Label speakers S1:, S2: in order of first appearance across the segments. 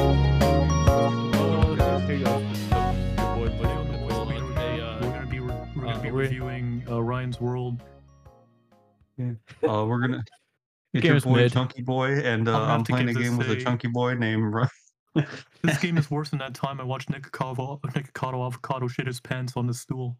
S1: Uh, reviewing uh, Ryan's World.
S2: Uh, we're gonna. It's
S3: Game
S2: your
S3: is
S2: boy
S3: mid.
S2: Chunky Boy, and uh,
S1: I'll have
S2: I'm
S1: to
S2: playing a
S1: give
S2: game
S1: this
S2: with a
S1: a-
S2: Chunky Boy named. Ru-
S1: This game is worse than that time I watched Nikocado, Nikocado Avocado shit his pants on the stool.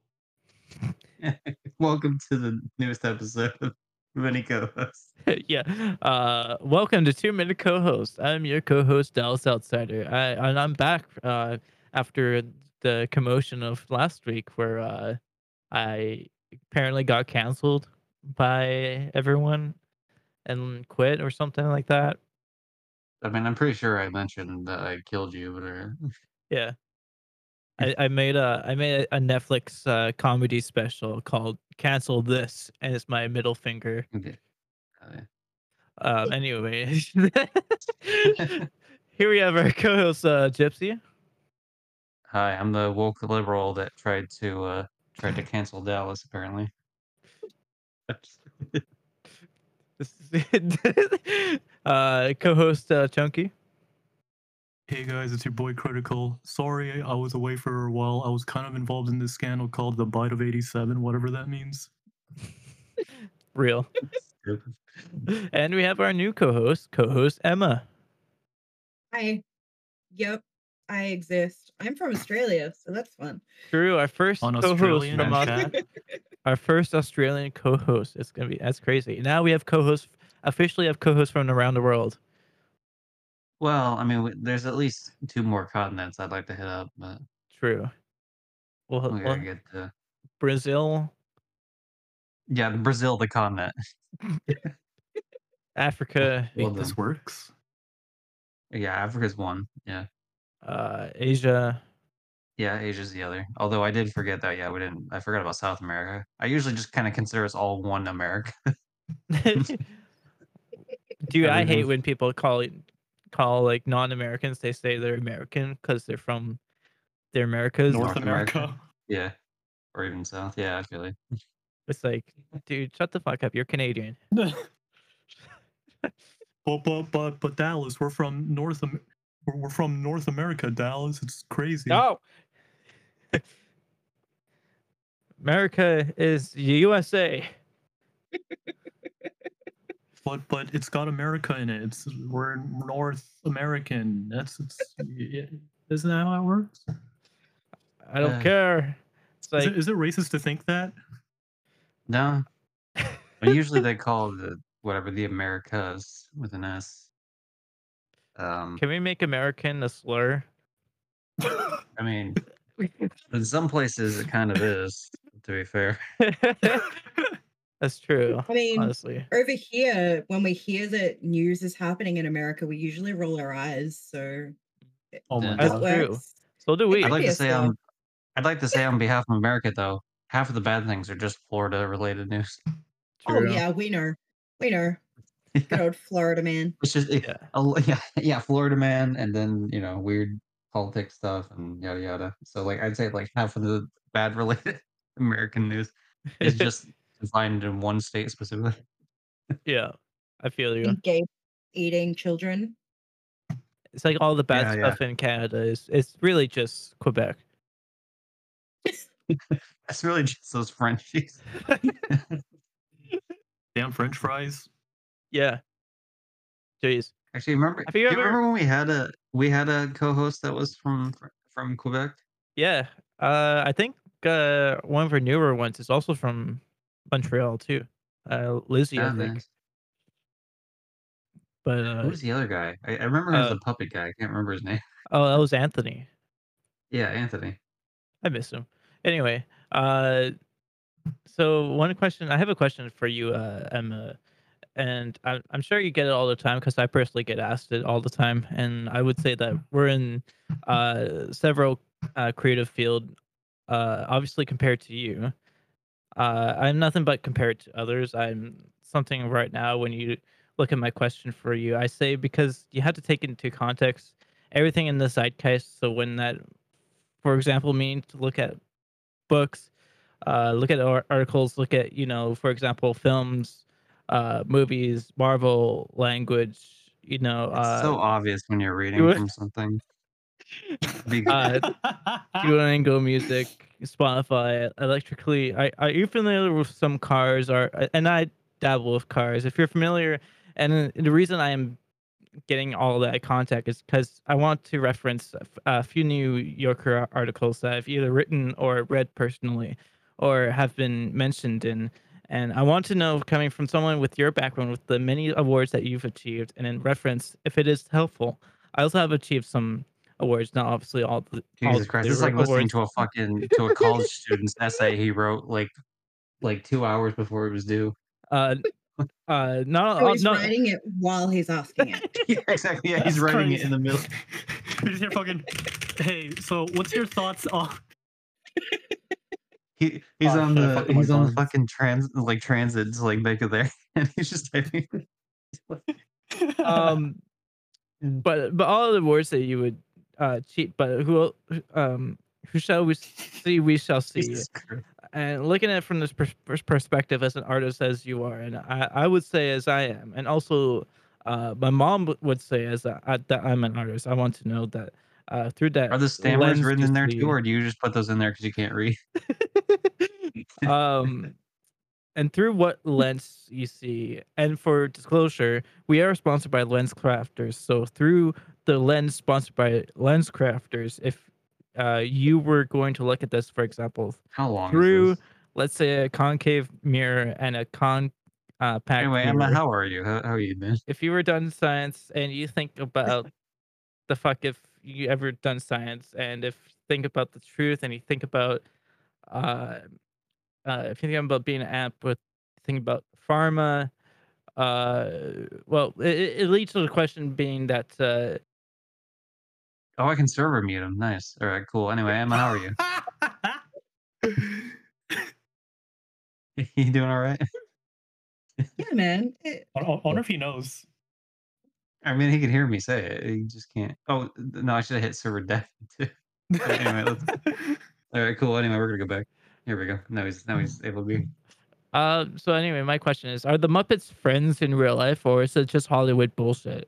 S2: Welcome to the newest episode of Mini Co-host.
S3: yeah. Uh, welcome to Two Minute Co-host. I'm your co-host Dallas Outsider, I, and I'm back uh, after the commotion of last week, where uh, I apparently got canceled by everyone and quit or something like that.
S2: I mean, I'm pretty sure I mentioned that I killed you, but uh,
S3: Yeah. I, I made a I made a Netflix uh, comedy special called "Cancel This," and it's my middle finger.
S2: okay. Uh,
S3: Um, anyway, here we have our co-host uh, Gypsy.
S2: hi, I'm the woke liberal that tried to uh, tried to cancel Dallas. Apparently,
S3: This is- uh, co-host uh, Chunky.
S1: Hey guys, it's your boy Critical. Sorry I was away for a while. I was kind of involved in this scandal called the Bite of 87, whatever that means.
S3: Real. And we have our new co-host, co-host Emma.
S4: Hi. Yep, I exist. I'm from Australia, so that's fun.
S3: True, our first
S1: On
S3: co-host
S1: Australian
S3: from
S1: and
S3: Aus-
S1: chat.
S3: our first Australian co-host. It's gonna be that's crazy. Now we have co-hosts officially have co-hosts from around the world.
S2: well, I mean, w- there's at least two more continents I'd like to hit up, but
S3: True. We'll,
S1: Oh,
S2: we
S3: we'll-
S2: gotta get to
S3: Brazil,
S2: yeah, Brazil, the continent.
S3: Africa,
S1: Wait,
S2: Well
S1: this
S2: done.
S1: works.
S2: Yeah, Africa's one. Yeah.
S3: uh, Asia.
S2: Yeah, Asia's the other. Although I did forget that. Yeah, we didn't. I forgot about South America. I usually just kind of consider us all one America.
S3: Dude, I hate
S2: Everything's-
S3: when people call it- call like non-Americans. They say they're American because they're from their Americas.
S1: North,
S2: North
S1: America.
S2: America. yeah, or even South. Yeah, I feel like.
S3: It's like, dude, shut the fuck up. You're Canadian.
S1: But, but, but, but Dallas, we're from North Am- we're, we're from North America, Dallas. It's crazy.
S3: No. America is USA.
S1: But but it's got America in it. It's we're North American. That's it's yeah. isn't that how it works?
S3: I don't
S2: Uh,
S3: care. It's
S1: Is
S3: like
S1: it, is it racist to think that?
S2: No, but usually they call the whatever the Americas with an S. Um,
S3: Can we make American a slur?
S2: I mean, in some places it kind of is. To be fair,
S3: That's true.
S4: I mean,
S3: Honestly.
S4: over here, when we hear that news is happening in America, we usually roll our eyes. So
S1: Oh my
S3: That's
S4: that
S1: god!
S3: true.
S4: works.
S3: So do we.
S2: I'd like to say
S4: Obviously.
S2: on, I'd like to say on behalf of America though, half of the bad things are just Florida-related news.
S4: Oh
S3: True.
S4: yeah, we know, we know. Good
S2: Yeah.
S4: old Florida man.
S2: It's just it-
S3: Yeah.
S2: a l- yeah, yeah, Florida man, and then you know weird politics stuff and yada yada. So like I'd say like half of the bad related American news is just confined in one state specifically.
S3: yeah. I feel you.
S4: And Gay eating children.
S3: It's like all the bad
S2: Yeah, yeah.
S3: stuff in Canada is it's really just Quebec.
S2: That's really just those Frenchies.
S1: Damn French fries.
S3: Yeah. Jeez.
S2: Actually, remember?
S3: Have
S2: do
S3: you
S2: you
S3: ever-
S2: remember when we had a we had a co-host that was from Fr- from Quebec?
S3: Yeah. Uh I think uh one of her newer ones is also from Montreal too. Uh Lizzie, I
S2: Ah,
S3: think.
S2: nice.
S3: But uh,
S2: Who was the other guy? I, I remember him as
S3: uh,
S2: the puppet guy. I can't remember his name.
S3: oh that was Anthony.
S2: Yeah, Anthony.
S3: I miss him. Anyway, uh, so one question I have a question for you, uh, Emma, and I'm I'm sure you get it all the time because I personally get asked it all the time, and I would say that
S2: Mm-hmm.
S3: we're in uh, several uh, creative field, uh, obviously compared to you. Uh, I'm nothing but compared to others. I'm something right now when you look at my question for you, I say because you have to take into context everything in the zeitgeist. So when that for example, meaning to look at books, uh, look at ar- articles, look at, you know, for example, films, uh, movies, Marvel language, you know,
S2: It's
S3: uh,
S2: so obvious when you're reading
S3: were-
S2: from something. Be-
S3: uh, Duolingo music, Spotify, electrically. Are, are you familiar with some cars? Are and I dabble with cars. If you're familiar, and the reason I am getting all that contact is because I want to reference a f- a few New Yorker articles that I've either written or read personally, or have been mentioned in. And I want to know, coming from someone with your background, with the many awards that you've achieved, and in reference, if it is helpful. I also have achieved some awards, not obviously all. The, all
S2: Jesus Christ,
S3: the
S2: it's like listening
S3: awards.
S2: to a fucking to a college student's essay he wrote like like two hours before it was due.
S3: Uh, uh, not
S4: So
S3: all,
S4: he's
S3: not,
S4: writing it while he's asking it.
S2: Yeah, exactly. Yeah, he's
S1: That's
S2: writing it
S1: crazy.
S2: in the middle.
S1: you just hear fucking. Hey, so what's your thoughts on?
S2: He he's
S3: Oh,
S2: on
S3: shit, I
S2: the
S3: fucking
S2: he's
S3: like
S2: on the
S3: those.
S2: fucking trans like transits like back of there, and he's just typing.
S3: um but but all of the words that you would uh cheat but who um who shall we see we shall see
S2: Jesus Christ.
S3: and looking at it from this pers- pers- perspective as an artist as you are and i i would say as i am and also uh my mom w- would say as a, I, that i'm an artist i want to know that uh through that
S2: Are the stammers
S3: lens
S2: written
S3: you
S2: in there
S3: see.
S2: too, or do you just put those in there because you can't read?
S3: um and through what lens you see and for disclosure we are sponsored by lens crafters so through the lens sponsored by lens crafters if uh, you were going to look at this for example
S2: How long?
S3: Through
S2: Is this?
S3: let's say a concave mirror and a con uh packed
S2: Anyway,
S3: mirror.
S2: Emma, how are you? How, how are you doing?
S3: if you were done science and you think about the fuck if you ever done science and if think about the truth and you think about uh, uh if you think about being an app with think about pharma uh well it, it it leads to the question being that uh
S2: Oh, I can server mute him. Nice. All right, cool. Anyway, Emma, how are you? you doing all right?
S4: Yeah, man. It,
S1: I don't- I wonder if he knows.
S2: I mean, he can hear me say it. He just can't. Oh no, I should have hit server death too. Anyway, let's- All right, cool. Anyway, we're gonna go back. Here we go. Now he's now he's able to be.
S3: uh so anyway my question is are the muppets friends in real life or is it just hollywood bullshit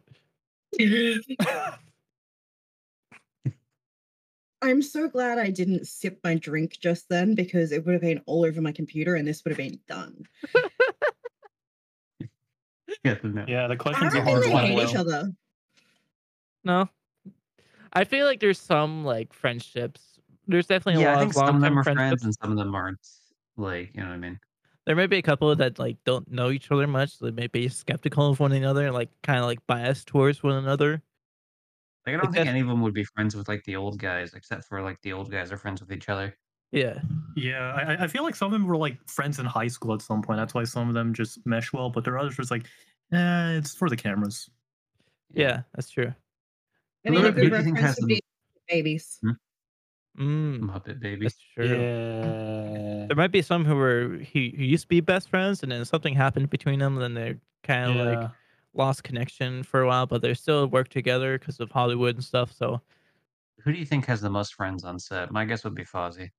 S4: I'm so glad I didn't sip my drink just then because it would have been all over my computer and this would have been done.
S2: Yeah, no.
S1: yeah, the
S4: I don't
S1: question's a
S4: think
S1: hard
S4: they
S1: one.
S4: hate
S1: Will.
S4: each other.
S3: No. I feel like there's some like friendships. There's definitely a
S2: yeah I
S3: lot
S2: think
S3: of
S2: some
S3: long
S2: of them
S3: term
S2: are friends
S3: friendships.
S2: and some of them aren't. Like, you know what I mean?
S3: There may be a couple that like don't know each other much. So they may be skeptical of one another and like kind of like biased towards one another.
S2: Like, I
S3: It
S2: don't think
S3: just-
S2: any of them would be friends with like the old guys, except for like the old guys are friends with each other.
S3: Yeah.
S1: Yeah, I, I- I feel like some of them were like friends in high school at some point. That's why some of them just mesh well, but there are others just like, eh, it's for the cameras.
S3: Yeah, that's true.
S4: I mean,
S2: Who-
S4: a
S2: who
S4: good
S2: do you think has
S4: reference would
S2: the-
S4: be babies.
S3: Mm,
S2: Muppet baby.
S3: that's true.
S1: Yeah.
S3: There might be some who were who, who used to be best friends and then something happened between them and then they kind of like lost connection for a while, but they still work together because of Hollywood and stuff. So
S2: Who do you think has the most friends on set? My guess would be Fozzie.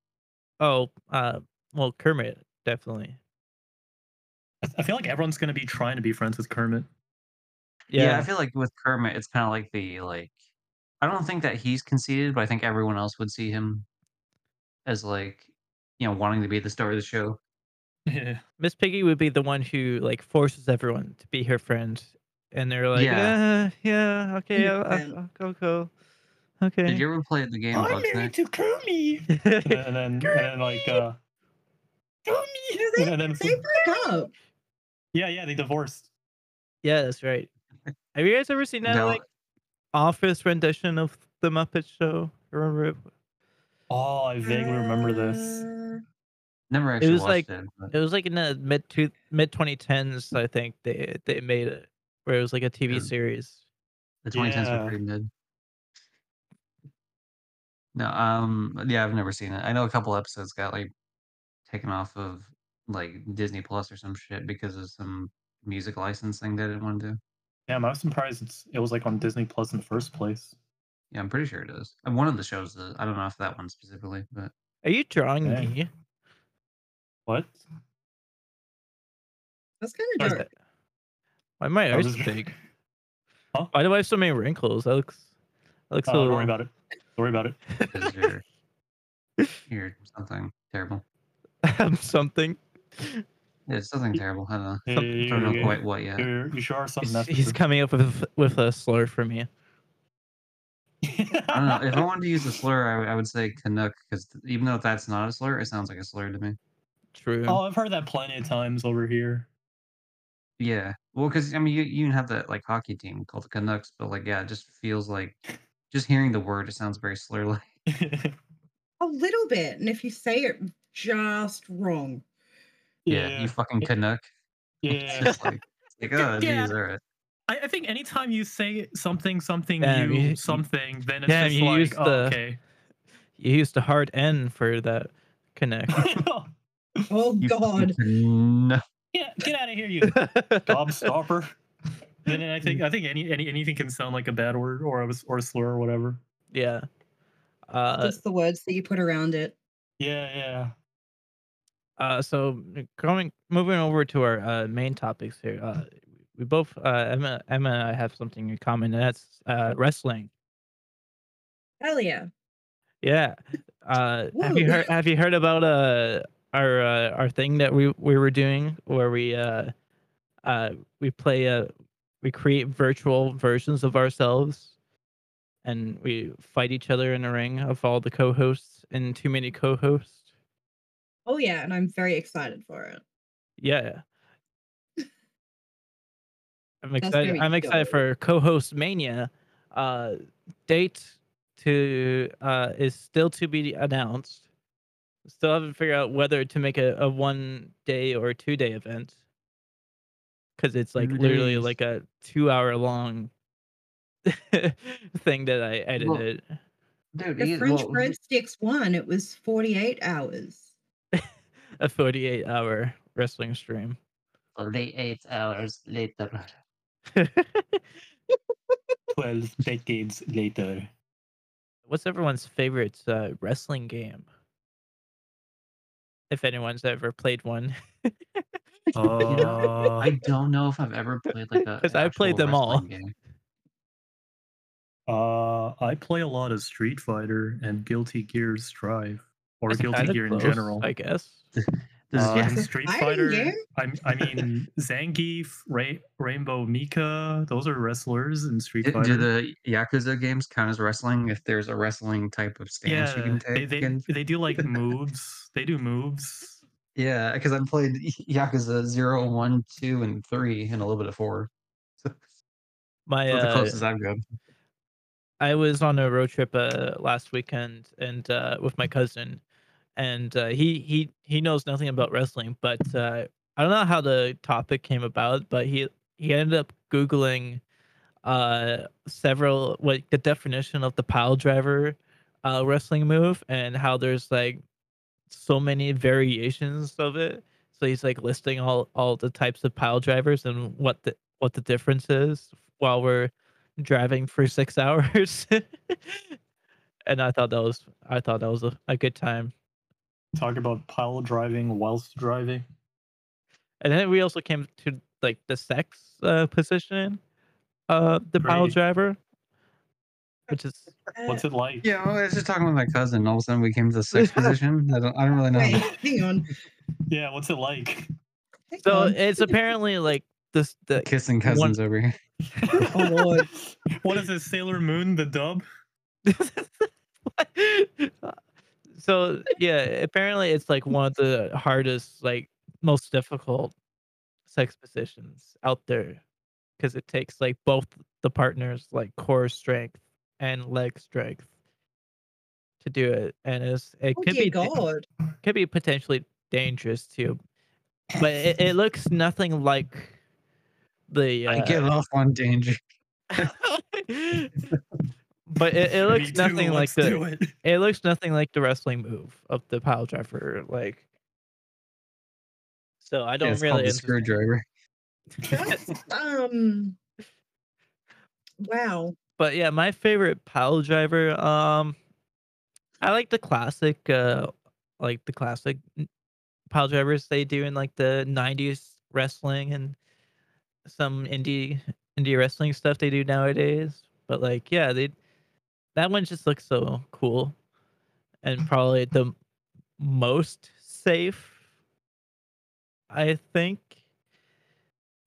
S3: oh uh well Kermit definitely.
S1: I, I feel like everyone's going to be trying to be friends with Kermit.
S2: Yeah. I feel like with Kermit, it's kind of like the like. I don't think that he's conceited, but I think everyone else would see him as like, you know, wanting to be the star of the show.
S1: Yeah.
S3: Miss Piggy would be the one who like forces everyone to be her friend, and they're like, yeah,
S2: Yeah.
S3: yeah, okay, I'll, I'll,
S4: Yeah.
S3: I'll go, go,
S2: Did
S3: okay.
S2: you ever play the game? Bugsnax?
S1: to Kermit. And then, and then, and then like, uh,
S4: You know,
S1: and then,
S4: They break up.
S1: yeah, yeah, they divorced.
S3: yeah, that's right. Have you guys ever seen that
S2: No.
S3: like office rendition of the Muppet Show? Remember, it,
S1: Oh, I vaguely remember this.
S2: Never actually
S3: was
S2: watched
S3: like- uh,
S2: it. but
S3: it was like in the mid two mid twenty tens, I think they they made it where it was like a TV
S2: Yeah.
S3: series.
S2: The 2010s
S1: Yeah.
S2: were pretty good. No, um, yeah, I've never seen it. I know a couple episodes got like taken off of like Disney Plus or some shit because of some music licensing they didn't want to do.
S1: Damn, I was surprised it's, it was like on Disney Plus in the first place.
S2: Yeah, I'm pretty sure it is. And one of the shows, is, I don't know if that one specifically, but
S3: Are you drawing
S1: Yeah.
S3: me?
S1: What?
S4: That's kind
S1: Sorry.
S4: of
S3: Is
S4: dark.
S3: that- Why am I
S1: I was
S3: eyes
S1: just-
S3: big?
S1: Huh?
S3: Why do I have so many wrinkles? That looks that looks
S1: Oh,
S3: so.
S1: don't worry about it. Don't worry about it.
S2: because you're Here, something terrible.
S3: something.
S2: It's something terrible. I don't know.
S1: Hey,
S2: I don't know quite what yet.
S1: you're- you sure are something.
S3: He's,
S1: that's
S3: he's
S1: different.
S3: coming up with with a slur for me.
S2: I don't know. If I wanted to use a slur, I would- I would say Canuck because even though that's not a slur, it sounds like a slur to me.
S3: True.
S1: oh, I've heard that plenty of times over here.
S2: Yeah. Well, because I mean, you you have that like hockey team called the Canucks, but like, yeah, it just feels like just hearing the word, it sounds very slur like.
S4: A little bit. And if you say it just wrong,
S2: Yeah, you
S1: yeah.
S2: fucking Canuck. It's
S1: yeah.
S2: just like, it's like oh,
S1: Yeah.
S2: geez, all right.
S1: I, I think anytime you say something, something,
S3: Damn,
S1: you,
S3: you-
S1: something, then it's
S3: damn,
S1: just
S3: you
S1: like,
S3: used
S1: oh,
S3: the-
S1: okay.
S3: You used a hard N for that connect.
S4: oh
S2: You fucking
S4: god.
S2: Canuck.
S1: yeah, get out of here, you gobstopper. Then I think I think any, any anything can sound like a bad word or a, or a slur or whatever.
S3: yeah. Uh,
S4: just the words that you put around it.
S1: Yeah, yeah.
S3: uh, so going moving over to our uh, main topics here. Uh, we both uh, Emma, Emma and I have something in common, and that's uh, wrestling.
S4: Hell yeah.
S3: Yeah. Uh, have you
S4: Woo.
S3: heard? Have you heard about uh our uh, our thing that we we were doing where we uh uh we play uh we create virtual versions of ourselves, and we fight each other in a ring of all the co-hosts and too many co-hosts.
S4: Oh yeah, and I'm very excited for it.
S3: Yeah. I'm
S4: That's
S3: excited.
S4: very
S3: I'm excited
S4: dope.
S3: for co-host mania. Uh, date to uh is still to be announced. Still haven't figured out whether to make a, a one day or two day event. Cause it's like
S2: Two
S3: literally
S2: days.
S3: like a two hour long thing that I
S2: Well,
S3: edited.
S2: Dude,
S4: The
S2: eat-
S4: French
S2: well,
S4: breadsticks one, it was 48 hours.
S3: a 48 hour wrestling stream.
S2: 48 hours later.
S1: Twelve decades later.
S3: What's everyone's favorite uh, wrestling game? If anyone's ever played one,
S1: Uh,
S2: I don't know if I've ever played like a.
S3: 'Cause
S2: an
S3: I played
S2: actual
S3: them all.
S2: wrestling game.
S1: Uh, I play a lot of Street Fighter and Guilty Gear Strive, or
S3: That's
S1: Guilty
S3: kinda
S1: Gear in
S3: close,
S1: general.
S3: I guess.
S2: Does-
S1: Uh,
S2: yeah,
S1: and Street
S4: Fighting
S1: Fighter.
S4: game?
S1: I, I mean, Zangief, Ra- Rainbow Mika. Those are wrestlers in Street
S2: Do,
S1: Fighter.
S2: do the Yakuza games count as wrestling if there's a wrestling type of stance you
S1: yeah,
S2: can
S1: they,
S2: take?
S1: they,
S2: in?
S1: they do like moves. They do moves.
S2: Yeah, because I've played Yakuza 0, 1, 2, and 3, and a little bit of 4. So
S3: My
S2: that's the
S3: uh,
S2: closest I've gone.
S3: I was on a road trip uh, last weekend and uh, with my cousin, and uh, he he he knows nothing about wrestling, but uh, I don't know how the topic came about, but he he ended up googling uh, several like the definition of the pile driver uh, wrestling move and how there's like so many variations of it. So he's like listing all all the types of pile drivers and what the what the difference is while we're driving for six hours. and I thought that was I thought that was a, a good time.
S1: Talk about pile driving whilst driving.
S3: And then we also came to like the sex uh, position uh the pile
S1: Right.
S3: driver. Which is
S1: What's it like?
S2: Yeah, well, I was just talking with my cousin. All of a sudden, we came to the sixth position. I don't, I don't really know.
S4: Uh, Wait, hang on.
S1: Yeah, what's it like?
S4: hang
S3: so
S4: on.
S3: it's apparently like this the
S2: Kissing
S3: One-
S2: cousins over here.
S4: Oh, Lord.
S1: what is this, Sailor Moon, the dub?
S3: so yeah, apparently it's like one of the hardest, like most difficult sex positions out there because it takes like both the partners like core strength and leg strength to do it, and it's it
S4: Oh,
S3: could
S4: dear
S3: be da-
S4: god.
S3: could be potentially dangerous too, but it, it looks nothing like the.
S2: I
S3: Uh,
S2: give off on danger.
S3: but it, it looks
S1: Me too,
S3: nothing like
S1: let's
S3: the
S1: do it.
S3: it looks nothing like the wrestling move of the pile driver like so i
S2: Yeah,
S3: don't
S2: it's called
S3: really
S2: the screwdriver.
S3: understand.
S4: Um Wow.
S3: but yeah my favorite pile driver um i like the classic uh like the classic n- pile drivers they do in like the 90s wrestling and some indie indie wrestling stuff they do nowadays but like yeah they that one just looks so cool and probably the most safe, I think,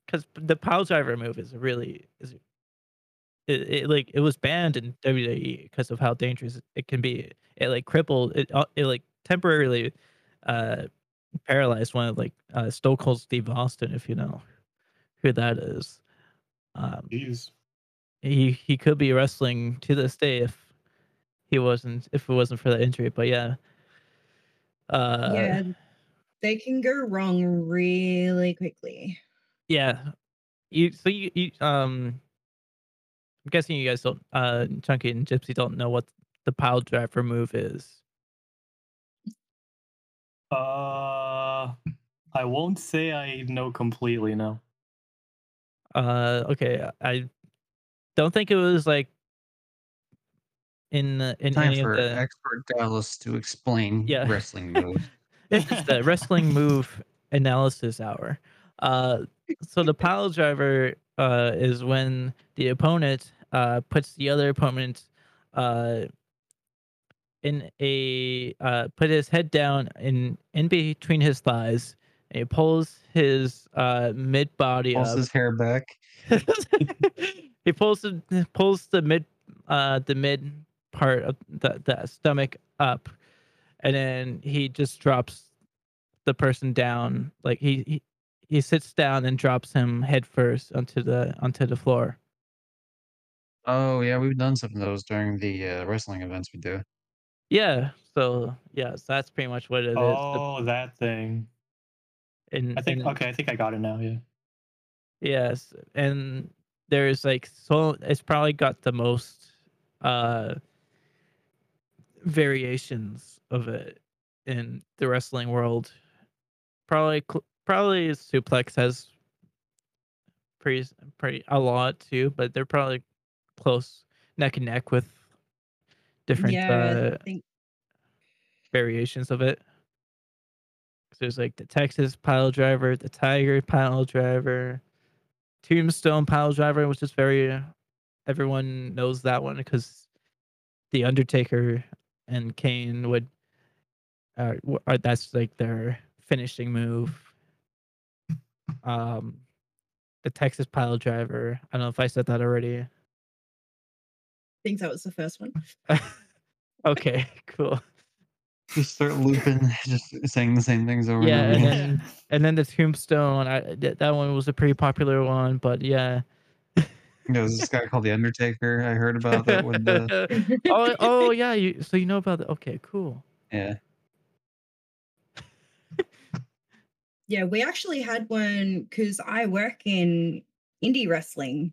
S3: because the pile driver move is really is it, it like it was banned in WWE because of how dangerous it can be. It like crippled it. uh, It like temporarily uh paralyzed one of like uh, Stone Cold Steve Austin, if you know who that is. Um,
S1: Jeez.
S3: he he could be wrestling to this day if he wasn't if it wasn't for that injury. But yeah, uh,
S4: yeah, they can go wrong really quickly.
S3: yeah. You so you, you um, I'm guessing you guys don't uh Chunky and Gypsy don't know what the pile driver move is.
S1: Uh, I won't say I know completely now.
S3: Uh, okay, I don't think it was like in uh, in
S2: Time
S3: any
S2: for
S3: of the
S2: expert Dallas to explain
S3: Yeah.
S2: wrestling moves.
S3: it's the wrestling move analysis hour. Uh, so the pile driver uh, is when the opponent uh, puts the other opponent uh, in a uh, put his head down in in between his thighs. And he pulls his uh, mid body
S2: Pulls
S3: up.
S2: his hair back.
S3: he pulls the pulls the mid uh the mid part of the, the stomach up and then he just drops the person down like he, he he sits down and drops him head first onto the onto the floor
S2: Oh yeah, we've done some of those during the uh, wrestling events we do.
S3: yeah so yes that's pretty much what it is.
S1: oh, that thing.
S3: The- in-
S1: I think.
S3: in-
S1: Okay, I think I got it now. Yeah.
S3: Yes, and there's like so it's probably got the most uh variations of it in the wrestling world. Probably cl- probably suplex has pretty pretty a lot too, but they're probably close neck and neck with different
S4: yeah,
S3: uh
S4: I think
S3: variations of it. 'Cause there's like the Texas pile driver, the Tiger pile driver, Tombstone pile driver, which is very uh, everyone knows that one because the Undertaker and Kane would uh, w- uh, that's like their finishing move. Um, the Texas pile driver. I don't know if I said that already.
S4: I think that was the first one.
S3: okay, cool.
S2: Just start looping, just saying the same things over
S3: Yeah,
S2: and
S3: and
S2: over. again.
S3: then and then the tombstone. I th- that one was a pretty popular one, but yeah.
S2: There was this guy called the Undertaker. I heard about that uh, with the
S3: oh, oh yeah. You so you know about that? Okay, cool.
S2: yeah.
S4: Yeah, we actually had one because I work in indie wrestling.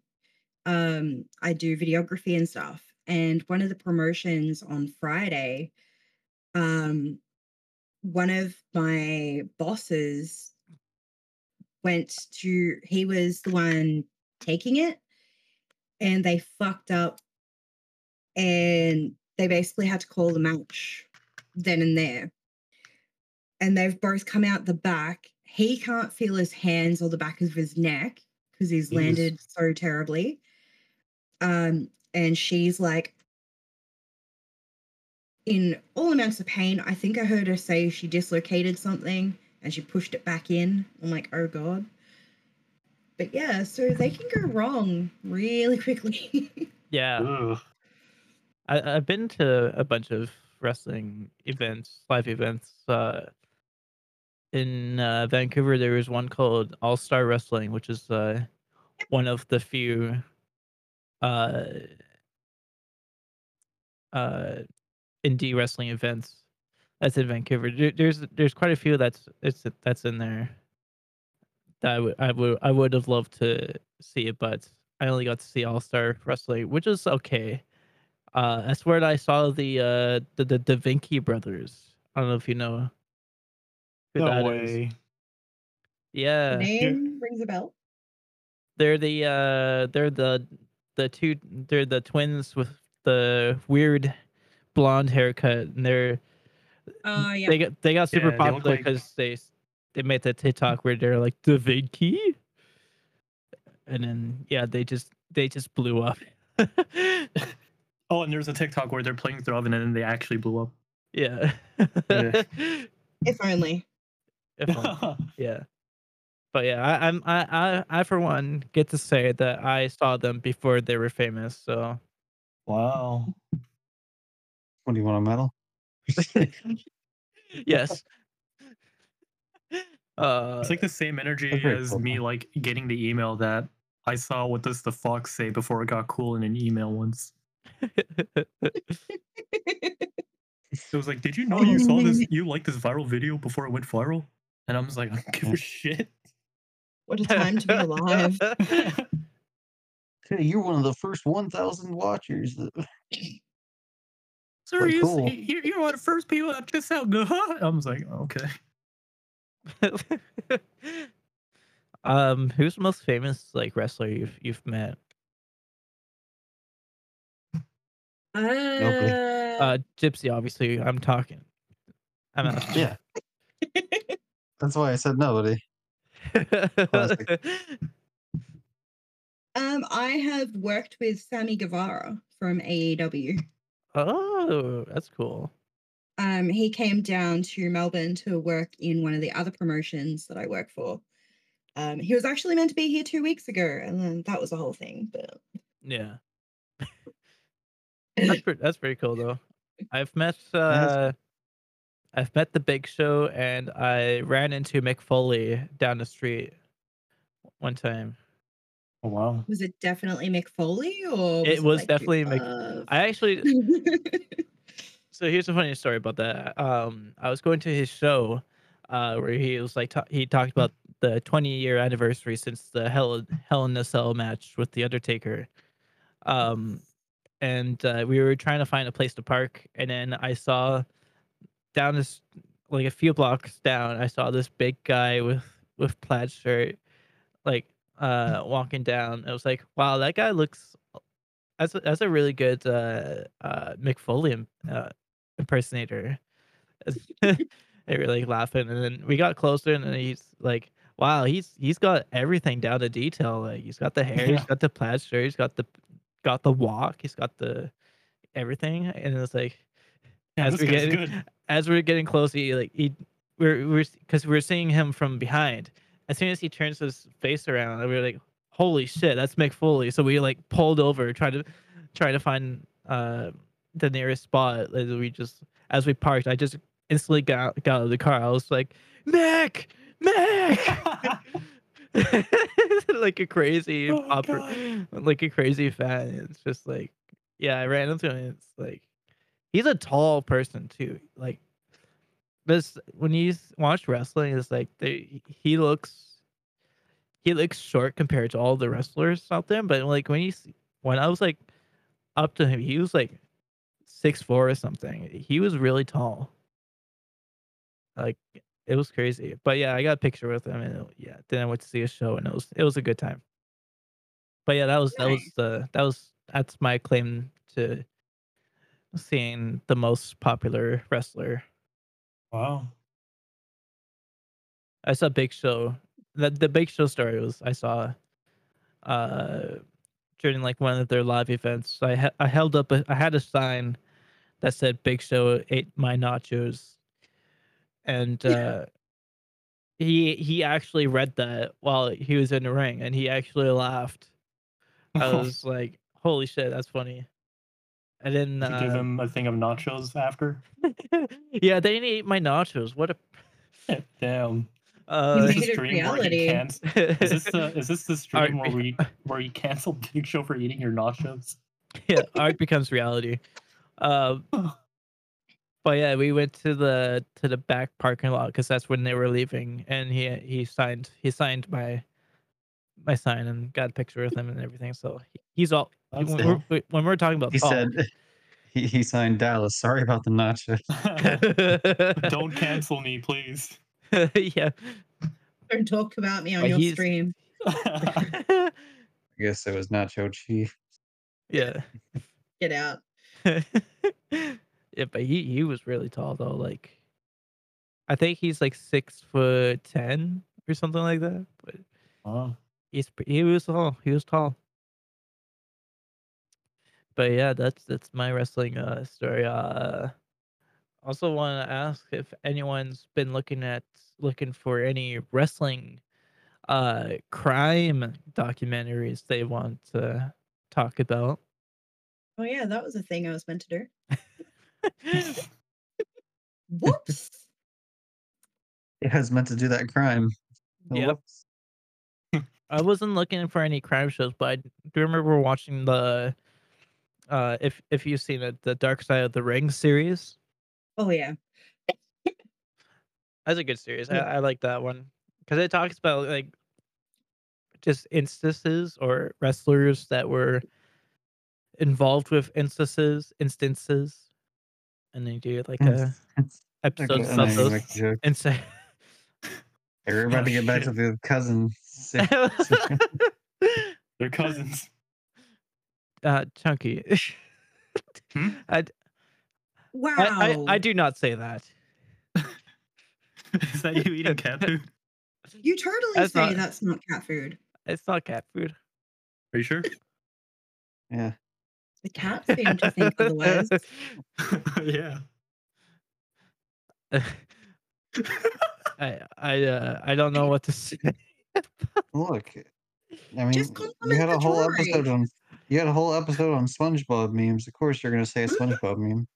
S4: Um, I do videography and stuff. And one of the promotions on Friday, um, one of my bosses went to, he was the one taking it, and they fucked up. And they basically had to call the match then and there and they've both come out the back. He can't feel his hands or the back of his neck because he's
S1: Jeez.
S4: landed so terribly. Um, and she's like in all amounts of pain. I think I heard her say she dislocated something and she pushed it back in. I'm like, oh god. But yeah, so they can go wrong really quickly.
S3: Yeah,
S1: Ugh.
S3: I, I've been to a bunch of wrestling events, live events. Uh, in uh, Vancouver, there was one called All Star Wrestling, which is uh, one of the few uh, uh, indie wrestling events that's in Vancouver. There, there's there's quite a few that's it's that's in there. That I would I would I would have loved to see it, but I only got to see All Star Wrestling, which is okay. Uh, that's where I saw the uh the the Da Vinci brothers. I don't know if you know. who
S1: No
S3: that is.
S1: way.
S3: Uh, Yeah.
S4: Name rings a bell.
S3: They're the uh they're the the two they're the twins with the weird blonde haircut and they're
S4: Oh yeah.
S3: they got they got super
S1: Yeah, they look
S3: popular
S1: like-
S3: because they s- they made the TikTok where they're like the big key and then yeah they just they just blew up
S1: Oh, and there's a TikTok where they're playing through oven and then they actually blew up.
S3: Yeah.
S1: Yeah.
S4: If only.
S3: If only. yeah but yeah I, i'm I, I i for one get to say that i saw them before they were famous so
S1: wow.
S2: What do you want a medal?
S3: yes uh
S1: It's like the same energy
S2: that's very
S1: as
S2: cool.
S1: me like getting the email that I saw what does the fox say before it got cool in an email once. It was like, did you know you saw this? You liked this viral video before it went viral? And I'm just like, I don't give a shit.
S4: what a time to be alive.
S2: Hey, You're one of the first 1,000 watchers. that-
S1: Sir, you,
S2: cool.
S1: you, you're one of the first people that just out. huh? I was like, okay.
S3: um who's the most famous like wrestler you've you've met
S4: Uh,
S3: uh gypsy obviously i'm talking i'm out
S2: Yeah. That's why I said nobody. Classic.
S4: um, I have worked with Sammy Guevara from E AEW.
S3: oh that's cool
S4: Um, he came down to Melbourne to work in one of the other promotions that I work for. Um, he was actually meant to be here two weeks ago, and then that was a whole thing. But
S3: yeah that's pretty, that's pretty cool though. I've met
S2: is-
S3: uh, I've met the Big Show, and I ran into Mick Foley down the street one time.
S1: Oh, wow.
S4: was it definitely Mick Foley or?
S3: It was definitely Mick-
S4: Mick.
S3: I actually so here's a funny story about that. Um, I was going to his show, uh, where he was like ta- he talked about the 20 year anniversary since the Hell Hell in a Cell match with the Undertaker, um, and uh, we were trying to find a place to park, and then I saw down this like a few blocks down, I saw this big guy with with plaid shirt, like
S1: Mm.
S3: uh walking down. I was like, wow, that guy looks that's a, that's a really good uh uh Mick Foley im- uh, impersonator. they were like laughing, and then we got closer, and then he's like, "Wow, he's he's got everything down to detail. Like he's got the hair, he's
S1: Yeah.
S3: got the plaid shirt, he's got the got the walk, he's got the everything." And it's like
S1: Yeah,
S3: As
S1: this
S3: we
S1: guy's
S3: get-
S1: good.
S3: as we are getting close, he like he we're we're because we're seeing him from behind. As soon as he turns his face around, we were like, "Holy shit, that's Mick Foley!" So we like pulled over, tried to try to find uh the nearest spot. As we just as we parked, I just instantly got out, got out of the car. I was like, "Mick, Mick!" like a crazy
S1: Oh,
S3: opera-
S1: God.
S3: like a crazy fan. It's just like, yeah, I ran into him. It's like, he's a tall person too. Like, this when you s- watch wrestling, it's like they he looks, he looks short compared to all the wrestlers out there. But like when you see, when I was like up to him, he was like six four or something. He was really tall. Like it was crazy. But yeah, I got a picture with him, and it- yeah, then I went to see a show, and it was it was a good time. But yeah, that was that was
S4: Nice.
S3: the that was that's my claim to seeing the most popular wrestler.
S1: Wow.
S3: I saw Big Show. The the Big Show story was I saw uh during like one of their live events. I ha- I held up a, I had a sign that said Big Show ate my nachos. And uh he he actually read that while he was in the ring and he actually laughed. I was like, "Holy shit, that's funny." And then
S1: Did you give
S3: uh,
S1: him a thing of nachos after?
S3: yeah, they didn't eat my nachos. What a
S1: Damn.
S3: uh,
S1: Is
S4: Made
S1: this
S4: it
S1: stream where
S4: reality.
S1: you can't is this the is this the
S3: Alright,
S1: stream where we where you cancel Big Show for eating your nachos?
S3: yeah, art becomes reality. Uh, but yeah, we went to the to the back parking lot because that's when they were leaving, and he he signed he signed my my sign and got a picture with him and everything. So he- he's all
S1: That's
S3: when,
S1: cool.
S3: we're, we- when we're talking about
S2: He
S3: Paul-
S2: said he, he signed Dallas. Sorry about the nachos.
S1: Don't cancel me, please.
S3: yeah,
S4: Don't talk about me on
S3: But
S4: your
S3: he's-
S4: stream.
S2: I guess it was Nacho Chief.
S3: yeah,
S4: Get out.
S3: yeah. But he he was really tall though. Like, I think he's like six foot ten or something like that. But
S1: Wow.
S3: He's pre- he was tall. He was tall. But yeah, that's that's my wrestling uh, story. Uh, also want to ask if anyone's been looking at looking for any wrestling uh crime documentaries they want to talk about.
S4: Oh yeah, that was a thing I was meant to do. Whoops.
S2: It was meant to do that crime. Oh,
S3: Yep. I wasn't looking for any crime shows, but I do remember watching the uh if if you've seen it, the Dark Side of the Ring series.
S4: Oh yeah.
S3: That's a good series.
S4: Yeah.
S3: I, I like that one because it talks about like just instances or wrestlers that were involved with instances, instances, and they do like a episode
S2: Okay,
S3: about
S2: I know you
S3: those
S2: make a joke.
S3: insta-
S2: We're about to get back to
S1: shit.
S2: the cousin. Sick.
S1: They're cousins.
S3: uh, chunky.
S1: Hmm?
S3: I, d-
S4: Wow.
S3: I, I, I do not say that.
S1: Is that you eating cat food?
S4: You totally
S3: That's
S4: say
S3: not-
S4: that's not cat food.
S3: It's not cat food.
S1: Are you sure?
S2: Yeah.
S4: The cat seem to think otherwise.
S1: yeah.
S3: I I uh, I don't know what to say.
S2: Look, I mean,
S4: Just
S2: you
S4: compliment
S2: had
S4: the
S2: a whole
S4: drawing.
S2: episode on you had a whole episode on SpongeBob memes. Of course, you're gonna say a SpongeBob meme.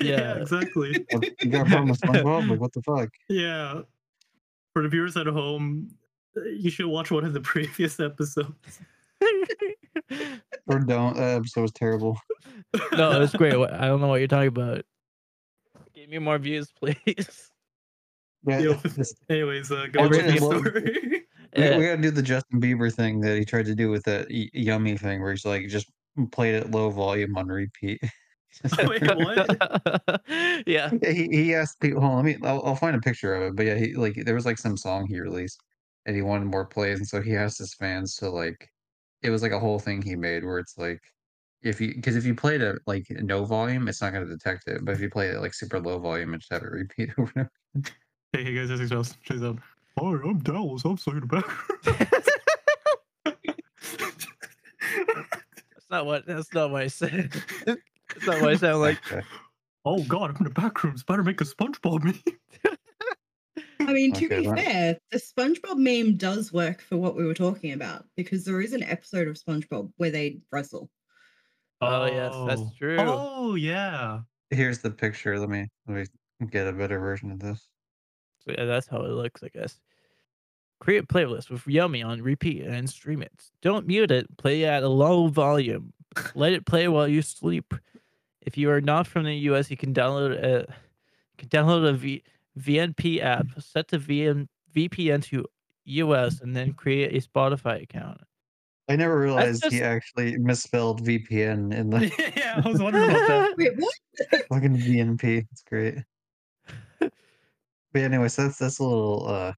S3: Yeah.
S1: exactly.
S2: What- You got a problem with SpongeBob? Like, what the fuck?
S1: Yeah. For the viewers at home, you should watch one of the previous episodes.
S2: Or don't. That episode was terrible.
S3: no, it's great. Wha- I don't know what you're talking about. Give me more views, please.
S2: Yeah,
S1: Yo,
S2: this-
S1: Anyways, uh, go
S3: Hey,
S1: on with
S3: Brittany,
S1: the
S2: what-
S1: story.
S2: we,
S3: Yeah.
S2: we gotta do the Justin Bieber thing that he tried to do with that y- yummy thing, where he's like just played at low volume on repeat.
S1: Wait, what?
S3: yeah.
S2: Yeah, he, he asked people. Hold on, let me. I'll, I'll find a picture of it. But yeah, he like there was like some song he released, and he wanted more plays, and so he asked his fans to like. It was like a whole thing he made where it's like, if you because if you play it at like no volume, it's not going to detect it. But if you play it at, like super low volume, and just have it repeat over and over.
S1: Hey, hey guys, this is Justin. Check this out. Hi, I'm Dallas. I'm singing about.
S3: That's not what. That's not what I said. That's not what I sound like.
S2: Okay.
S1: oh god, I'm in the back room. Spider make a SpongeBob me.
S4: I mean, to
S2: Okay,
S4: be
S2: that-
S4: fair, the SpongeBob meme does work for what we were talking about because there is an episode of SpongeBob where they wrestle.
S3: Oh, yes, that's true.
S1: Oh yeah.
S2: Here's the picture. Let me let me get a better version of this.
S3: So, yeah, that's how it looks, I guess. Create a playlist with Yummy on repeat and stream it. Don't mute it. Play at a low volume. Let it play while you sleep. If you are not from the US, you can download a you can download a v, VNP app, set the VN, VPN to US, and then create a Spotify account.
S2: I never realized he
S3: just-
S2: actually misspelled VPN in the
S1: yeah, I was wondering about that.
S4: Wait, what?
S2: Fucking VNP. It's great. But anyway, so that's that's a little uh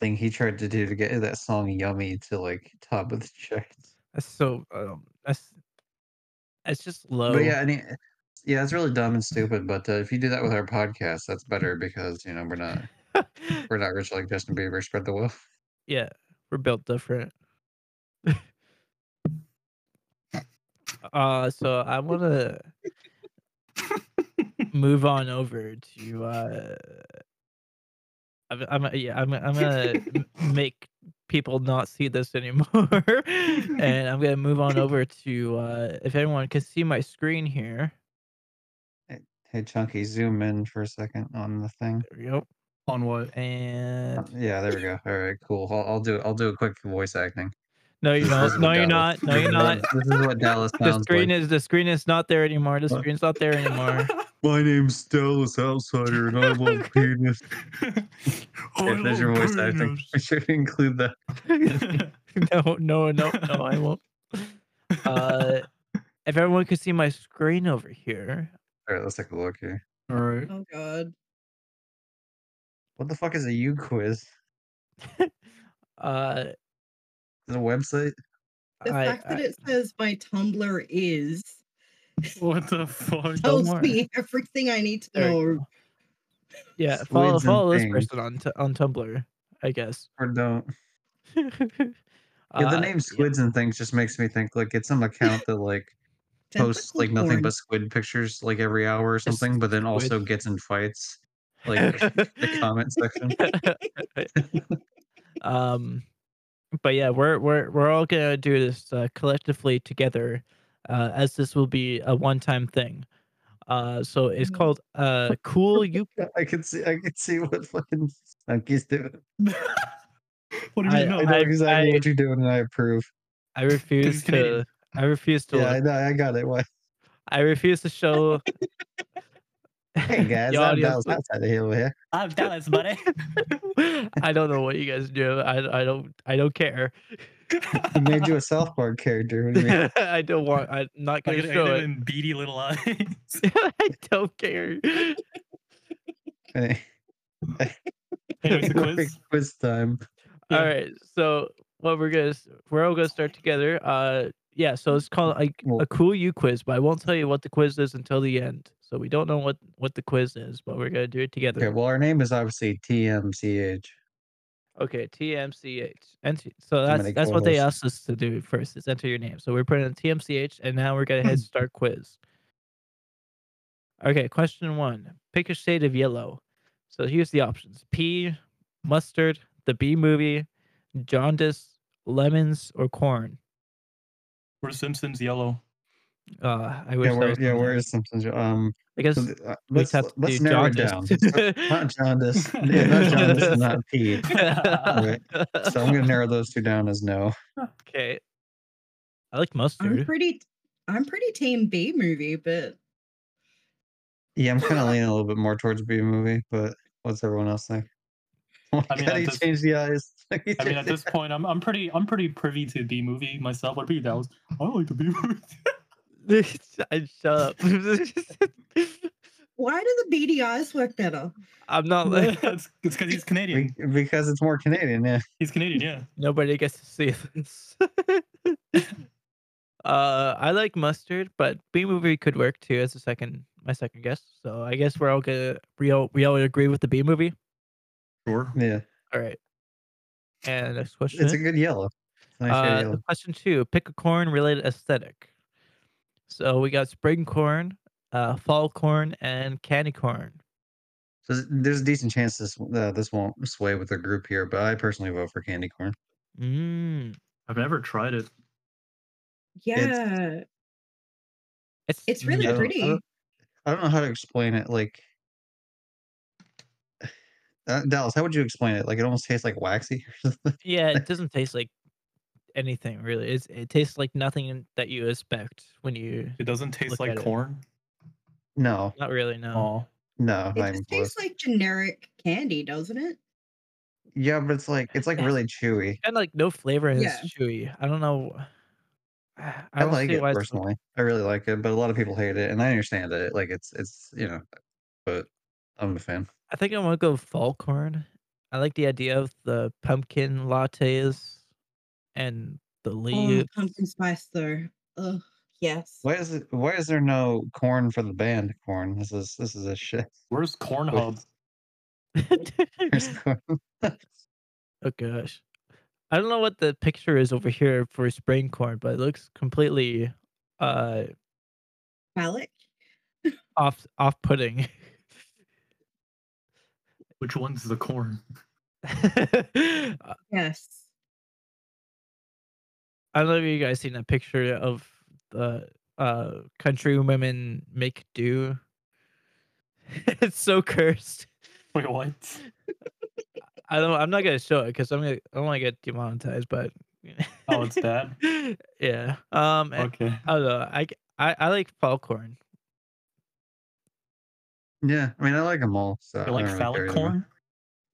S2: thing he tried to do to get that song "Yummy" to like top of the charts.
S3: That's so um, that's that's just low.
S2: But yeah, I mean, yeah, it's really dumb
S3: Mm-hmm.
S2: and stupid. But uh, if you do that with our podcast, that's better because you know we're not we're not rich like Justin Bieber. Spread the wealth.
S3: yeah, we're built different. uh, so I want to move on over to uh, I'm, I'm yeah, I'm I'm gonna m- make people not see this anymore, and I'm gonna move on over to uh, if anyone can see my screen here.
S2: Hey, Chunky, zoom in for a second on the thing.
S3: There we go.
S1: On what?
S2: Uh,
S3: And
S2: Yeah, there we go. All right, cool. I'll, I'll do I'll do a quick voice acting.
S3: no, you
S2: This is
S3: don't.
S2: what
S3: No, you're
S2: Dallas-
S3: not. No,
S2: this
S3: you're
S2: is what-
S3: not.
S2: This is what Dallas
S3: The
S2: sounds like.
S3: screen is the screen is not there anymore. The screen's not there anymore.
S2: My name's Dallas Outsider, and I love penis.
S1: Oh,
S2: If there's your voice acting, I should include that.
S3: no, no, no, no, I won't. Uh, if everyone could see my screen over here,
S2: All right, let's take a look here.
S1: All right.
S4: Oh god.
S2: What the fuck is a U quiz?
S3: uh,
S2: Is it a website?
S4: The
S3: I,
S4: fact that
S3: I-
S4: it says my Tumblr is
S1: What the fuck?
S3: Don't
S4: tells
S3: worry.
S4: me everything I need to
S3: There you
S4: know.
S3: yeah,
S2: squids
S3: follow
S2: and
S3: follow this
S2: things.
S3: person on t- on Tumblr, I guess.
S2: Or don't?
S3: uh,
S2: Yeah, the name Squids and Things just makes me think like it's some account that like
S4: They're
S2: posts like nothing
S4: porn.
S2: but squid pictures like every hour or
S3: Just
S2: something, but then also
S3: squid.
S2: gets in fights like the comment section.
S3: um but yeah we're we're we're all gonna do this uh, collectively together uh as this will be a one-time thing uh so it's
S4: Mhm.
S3: called uh cool you
S2: I can see I can see what fucking Snunky's doing.
S1: What do you
S3: I-
S1: know?
S2: I know
S3: I-
S2: exactly
S3: I-
S2: what you're doing and I approve.
S3: i refuse to
S1: Canadian.
S3: i refuse to
S2: Yeah, I
S3: look.
S2: know I got it. Why
S3: I, refuse to show
S2: hey guys,
S3: the
S2: I'm
S3: audience
S2: Dallas outside of here. yeah.
S5: I'm Dallas, buddy.
S3: i don't know what you guys do i i don't i don't care
S2: He made you a Southpark character. What do you mean?
S3: i don't want i'm not
S1: I
S3: gonna
S1: got- I
S3: show
S1: got
S3: it
S1: them beady little eyes.
S3: i don't care
S2: Anyway,
S1: Anyway, it's a
S2: quick
S1: quiz.
S2: quiz time.
S3: All
S1: Yeah.
S3: right. So what we're gonna s- we're all gonna start together. Uh yeah, so it's called a,
S2: Well-
S3: a cool you quiz, but I won't tell you what the quiz is until the end. So we don't know what what the quiz is, but we're gonna do it together.
S2: Okay, well our name is obviously TMCH.
S3: Okay, TMCH. And so that's
S2: many
S3: that's what they
S2: co-hosts.
S3: asked us to do first is enter your name. So we're putting in TMCH and now we're gonna hit start quiz. Okay, question one. Pick a shade of yellow. So here's the options. P, mustard, the B movie, jaundice, lemons, or corn.
S1: We're Simpsons yellow.
S3: Uh I wish
S2: Yeah,
S3: that
S2: where
S3: was
S2: yeah,
S3: on
S2: where
S3: there.
S2: is Simpsons? Um
S3: I guess
S2: so
S3: we
S2: th- uh,
S3: just
S2: let's,
S3: have to
S2: let's
S3: do
S2: narrow it
S3: jaundice.
S2: down. not jaundice. Yeah, not jaundice and not pee. Alright, So I'm gonna narrow those two down as no.
S3: Okay. I like
S4: I'm
S3: mustard.
S4: pretty I'm pretty team B movie, but
S2: Yeah, I'm kind of leaning a little bit more towards B movie, but what's everyone else think? Oh my
S1: I mean,
S2: God,
S1: at
S2: he
S1: this-
S2: changed the eyes.
S1: I mean, at this point, I'm I'm pretty I'm pretty privy to B movie myself. What do you Dallas? I like the B movie.
S3: I shut up.
S4: why do the beady eyes work better?
S3: I'm not like
S1: That's it's because he's
S2: Be-
S1: Canadian.
S2: because it's more Canadian. Yeah,
S1: He's Canadian, yeah.
S3: nobody gets to see this. uh, I like mustard, but B movie could work too as a second my second guess. So I guess we're all gonna we all we all agree with the B movie.
S1: Sure.
S2: yeah,
S3: All right. And next question.
S2: it's a good yellow. It's a nice shade of
S3: Uh,
S2: yellow.
S3: Question two: Pick a corn-related aesthetic. So we got spring corn, uh, fall corn, and candy corn.
S2: So th- there's a decent chance this uh, this won't sway with the group here, but I personally vote for candy corn.
S3: Mm.
S1: I've never tried it.
S4: Yeah. It's,
S3: It's
S4: really
S2: I don't- I
S4: pretty.
S2: don't- I don't know how to explain it. Like uh, Dallas, how would you explain it? Like it almost tastes like waxy. or something.
S3: Yeah, it doesn't taste like anything really. It's, it tastes like nothing that you expect when you.
S1: It doesn't taste
S3: Look at
S1: like
S3: it.
S1: corn.
S2: no,
S3: Not really. No.
S1: Oh.
S2: no,
S4: It
S2: not even
S4: just
S2: close.
S4: tastes like generic candy, doesn't it?
S2: Yeah, but it's like it's like really chewy.
S3: Kind of like no flavor and
S4: Yeah.
S3: it's chewy. I don't know. I,
S2: I,
S3: don't
S2: like
S3: see
S2: it
S3: why it's-
S2: personally. I really like it, but a lot of people hate it, and I understand it. Like it's it's you know, but I'm a fan.
S3: I think I'm gonna go fall corn. I like the idea of the pumpkin lattes and the
S4: Oh,
S3: leaves.
S4: pumpkin spice though. Ugh, yes.
S2: Why is it? Why is there no corn for the band? Corn. This is this is a shit.
S1: Where's Corn
S2: Wait.
S1: Hub?
S2: There's corn.
S3: Oh gosh. I don't know what the picture is over here for spring corn, but it looks completely uh
S4: Phallic.
S3: off off putting.
S1: Which one's the corn?
S3: I
S4: Yes.
S3: don't know if you guys seen that picture of the uh country women make do. it's so cursed.
S1: Wait, what?
S3: I don't I'm not gonna show it because I'm gonna I don't wanna get demonetized, but
S1: Oh, it's bad.
S3: yeah. Um and-
S1: Okay.
S3: I don't know. I, g- I- I like fall corn.
S2: Yeah, I mean I like them all. So
S1: You
S2: I
S1: like
S2: don't really care
S1: phallic
S2: either way.
S1: corn?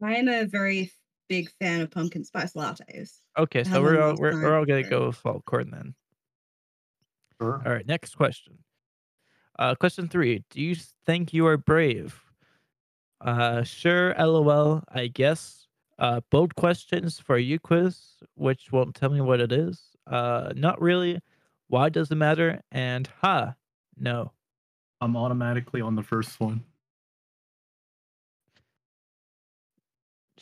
S4: I am a very f- big fan of pumpkin spice lattes.
S3: Okay, so
S4: have
S3: we're
S4: one
S3: all
S4: last
S3: we're,
S4: time
S3: we're all gonna
S4: then.
S3: go with fall corn then.
S1: Sure.
S3: All right, next question. Uh, question three: Do you s- think you are brave? Uh, sure. LOL. I guess. Uh, bold questions for you quiz, which won't tell me what it is. Uh, not really. Why does it matter? And ha, no.
S1: I'm automatically on the first one.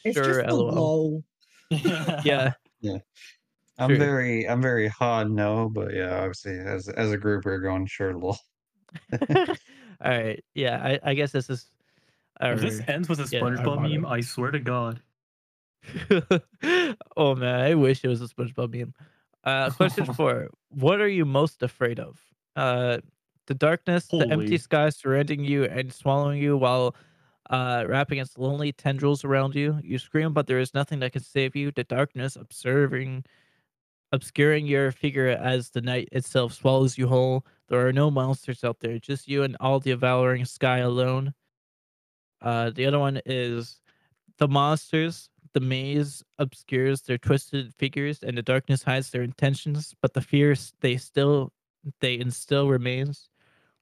S4: It's
S3: Sure.
S4: just the
S3: LOL.
S4: lol.
S3: Yeah.
S2: Yeah. I'm
S3: Sure.
S2: very, I'm very hard no, but yeah, obviously as as a group we're going sure lol.
S3: all right. Yeah. I, I guess this is. Our...
S1: If this ends with a
S3: Yeah, our
S1: SpongeBob
S5: motto.
S1: meme, I swear to God.
S3: oh man, I wish it was a SpongeBob meme. Uh, question four: What are you most afraid of? Uh, the darkness, the empty
S1: Holy.
S3: sky surrounding you and swallowing you, while uh, wrapping its lonely tendrils around you. You scream, but there is nothing that can save you. The darkness observing, obscuring your figure as the night itself swallows you whole. There are no monsters out there, just you and all the devouring sky alone. Uh, the other one is the monsters. The maze obscures their twisted figures, and the darkness hides their intentions. But the fears they still they instill remains.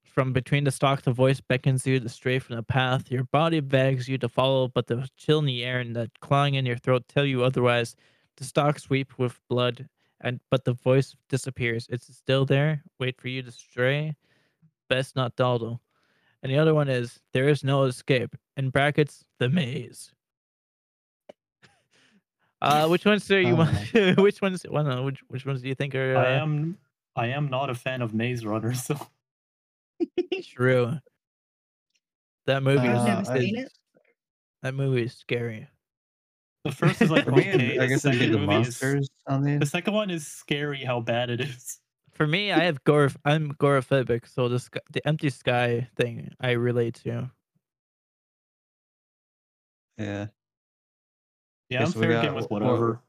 S3: From between the stalks, the voice beckons you to stray from the path. Your body begs you to follow, but the chill in the air and the clawing in your throat tell you otherwise. The stalks weep with blood, and but the voice disappears. It's still there. Wait for you to stray. Best not dawdle. And the other one is there is no escape. In brackets, the maze. Uh, which ones do you want? which ones? Well, no, which which ones do you think are? Uh,
S1: Oh I am I am not a fan of Maze Runner, so
S3: True. That movie.
S4: I've
S3: is-
S4: never
S2: I-
S4: seen it.
S3: that movie is scary.
S1: the first is like
S2: For me,
S1: okay.
S2: I
S1: the
S2: guess it'd be
S1: second
S2: the
S1: movie is-
S2: monsters on
S1: the
S2: these.
S1: second one is scary how bad it is.
S3: For me, I have gore. I'm agoraphobic, so the sky, the empty sky thing I relate to.
S2: Yeah.
S1: Yeah,
S2: Yes,
S1: I'm
S2: we
S1: fair game
S2: got-
S1: with
S2: well,
S1: whatever.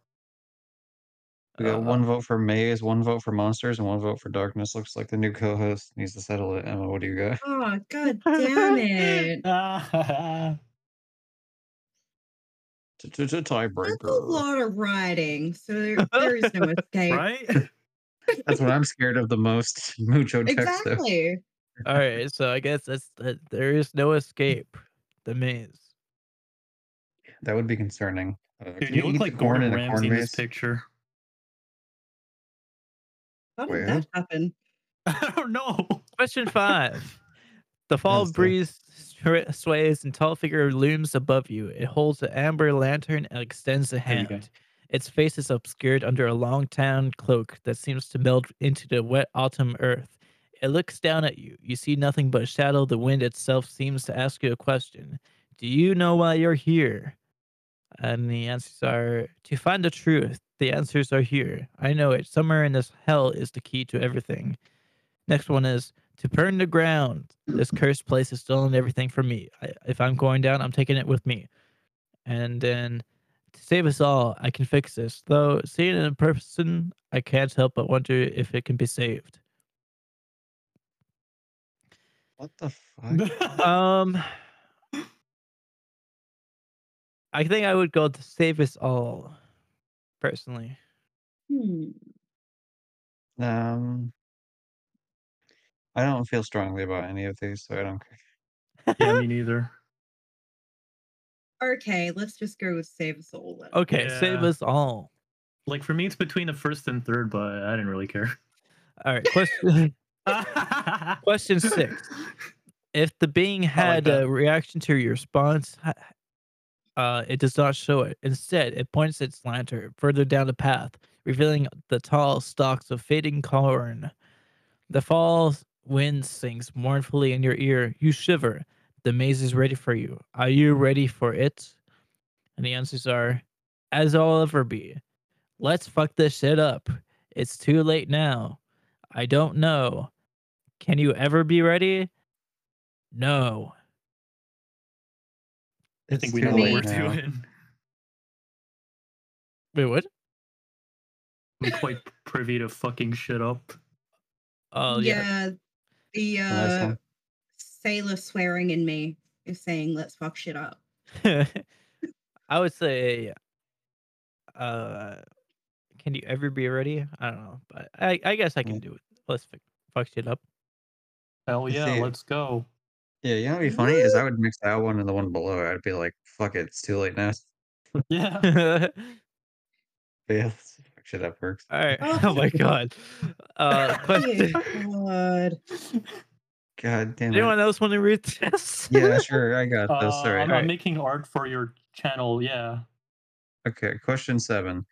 S2: We got
S3: Uh,
S2: one vote for Maze, one vote for Monsters, and one vote for Darkness. Looks like the new co-host needs to settle it. Emma, what do you got?
S4: Oh god damn it.
S1: Ah,
S2: T- t- t-
S4: That's a
S2: Tiebreaker.
S4: lot of writing, so there, there is no escape.
S1: right?
S2: That's what I'm scared of the most. Mucho texto.
S4: Exactly.
S3: All right, so I guess that's that. There is no escape. The maze.
S2: That would be concerning. Uh,
S1: Dude,
S2: can
S1: you
S2: eat
S1: look
S2: the
S1: like Gordon
S2: in a corn
S1: Ramsay in this
S2: maze?
S1: picture.
S4: How did
S2: Where?
S4: that happen?
S1: I don't know.
S3: Question five. The fall
S2: Yes, sir.
S3: breeze stra- sways and tall figure looms above you. It holds an amber lantern and extends a
S1: There you go.
S3: hand. Its face is obscured under a long tan cloak that seems to melt into the wet autumn earth. It looks down at you. You see nothing but shadow. The wind itself seems to ask you a question Do you know why you're here? And the answers are To find the truth, the answers are here. I know it. Somewhere in this hell is the key to everything. Next one is to burn the ground. This cursed place is stolen everything from me. I, if I'm going down, I'm taking it with me. And then to save us all, I can fix this. Though seeing it in person, I can't help but wonder if it can be saved.
S2: What the fuck?
S3: Um, I think I would go to save us all, personally.
S4: Hmm.
S2: um, I don't feel strongly about any of these, so I don't care.
S1: yeah, me neither.
S4: Okay, let's just go with save us all. then.
S3: Okay, save
S1: Yeah.
S3: us all.
S1: Like for me, it's between the first and third, but I didn't really care.
S3: All right. Question, question six. If the being had
S1: that.
S3: a reaction to your response, ha- uh, it does not show it. Instead, it points its lantern further down the path, revealing the tall stalks of fading corn. The fall wind sings mournfully in your ear. You shiver. The maze is ready for you. Are you ready for it? And the answers are, as I'll ever be. Let's fuck this shit up. It's too late now. I don't know. Can you ever be ready? No.
S1: I think we
S4: too
S1: know what
S4: late
S1: we're
S2: now.
S1: doing.
S3: Wait, what?
S1: I'm quite privy to fucking shit up.
S3: Oh yeah.
S4: yeah. The
S2: The last
S4: uh,
S2: one.
S4: sailor swearing in me is saying, let's fuck shit up.
S3: I would say uh can you ever be ready? I don't know, but I I guess I can
S2: Mm.
S3: do it. Let's fuck, fuck shit up.
S1: Hell
S2: Let's
S1: yeah,
S2: see.
S1: let's go.
S2: Yeah, you know what'd be funny is I would mix that one and the one below. it. I'd be like, fuck it, it's too late now.
S1: Yeah.
S2: But yeah, let's see if shit that works.
S3: All right.
S4: Oh.
S3: Oh my god. Uh
S4: Dear
S3: question.
S4: Oh, God.
S2: God damn it.
S3: Anyone else want to read this?
S2: Yeah, sure, I got
S1: Uh,
S2: this. All right.
S1: I'm, I'm
S3: Alright.
S1: making art for your channel. Yeah.
S2: Okay, question seven.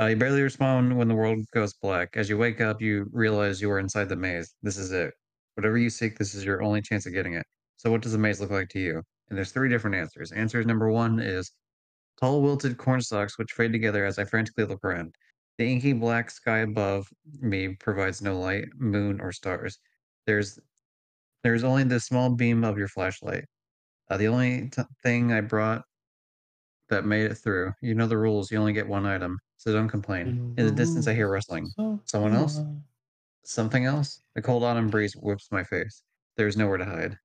S2: Uh, you barely respond when the world goes black. As you wake up, you realize you are inside the maze. This is it. Whatever you seek, this is your only chance of getting it. So, what does the maze look like to you? And there's three different answers. Answer number one is tall, wilted corn stalks which fade together as I frantically look around. The inky black sky above me provides no light, moon, or stars. There's there's only the small beam of your flashlight. Uh, the only t- thing I brought that made it through. You know the rules. You only get one item, so don't complain. In the distance, I hear rustling. Someone else? Something else? The cold autumn breeze whips my face. There's nowhere to hide.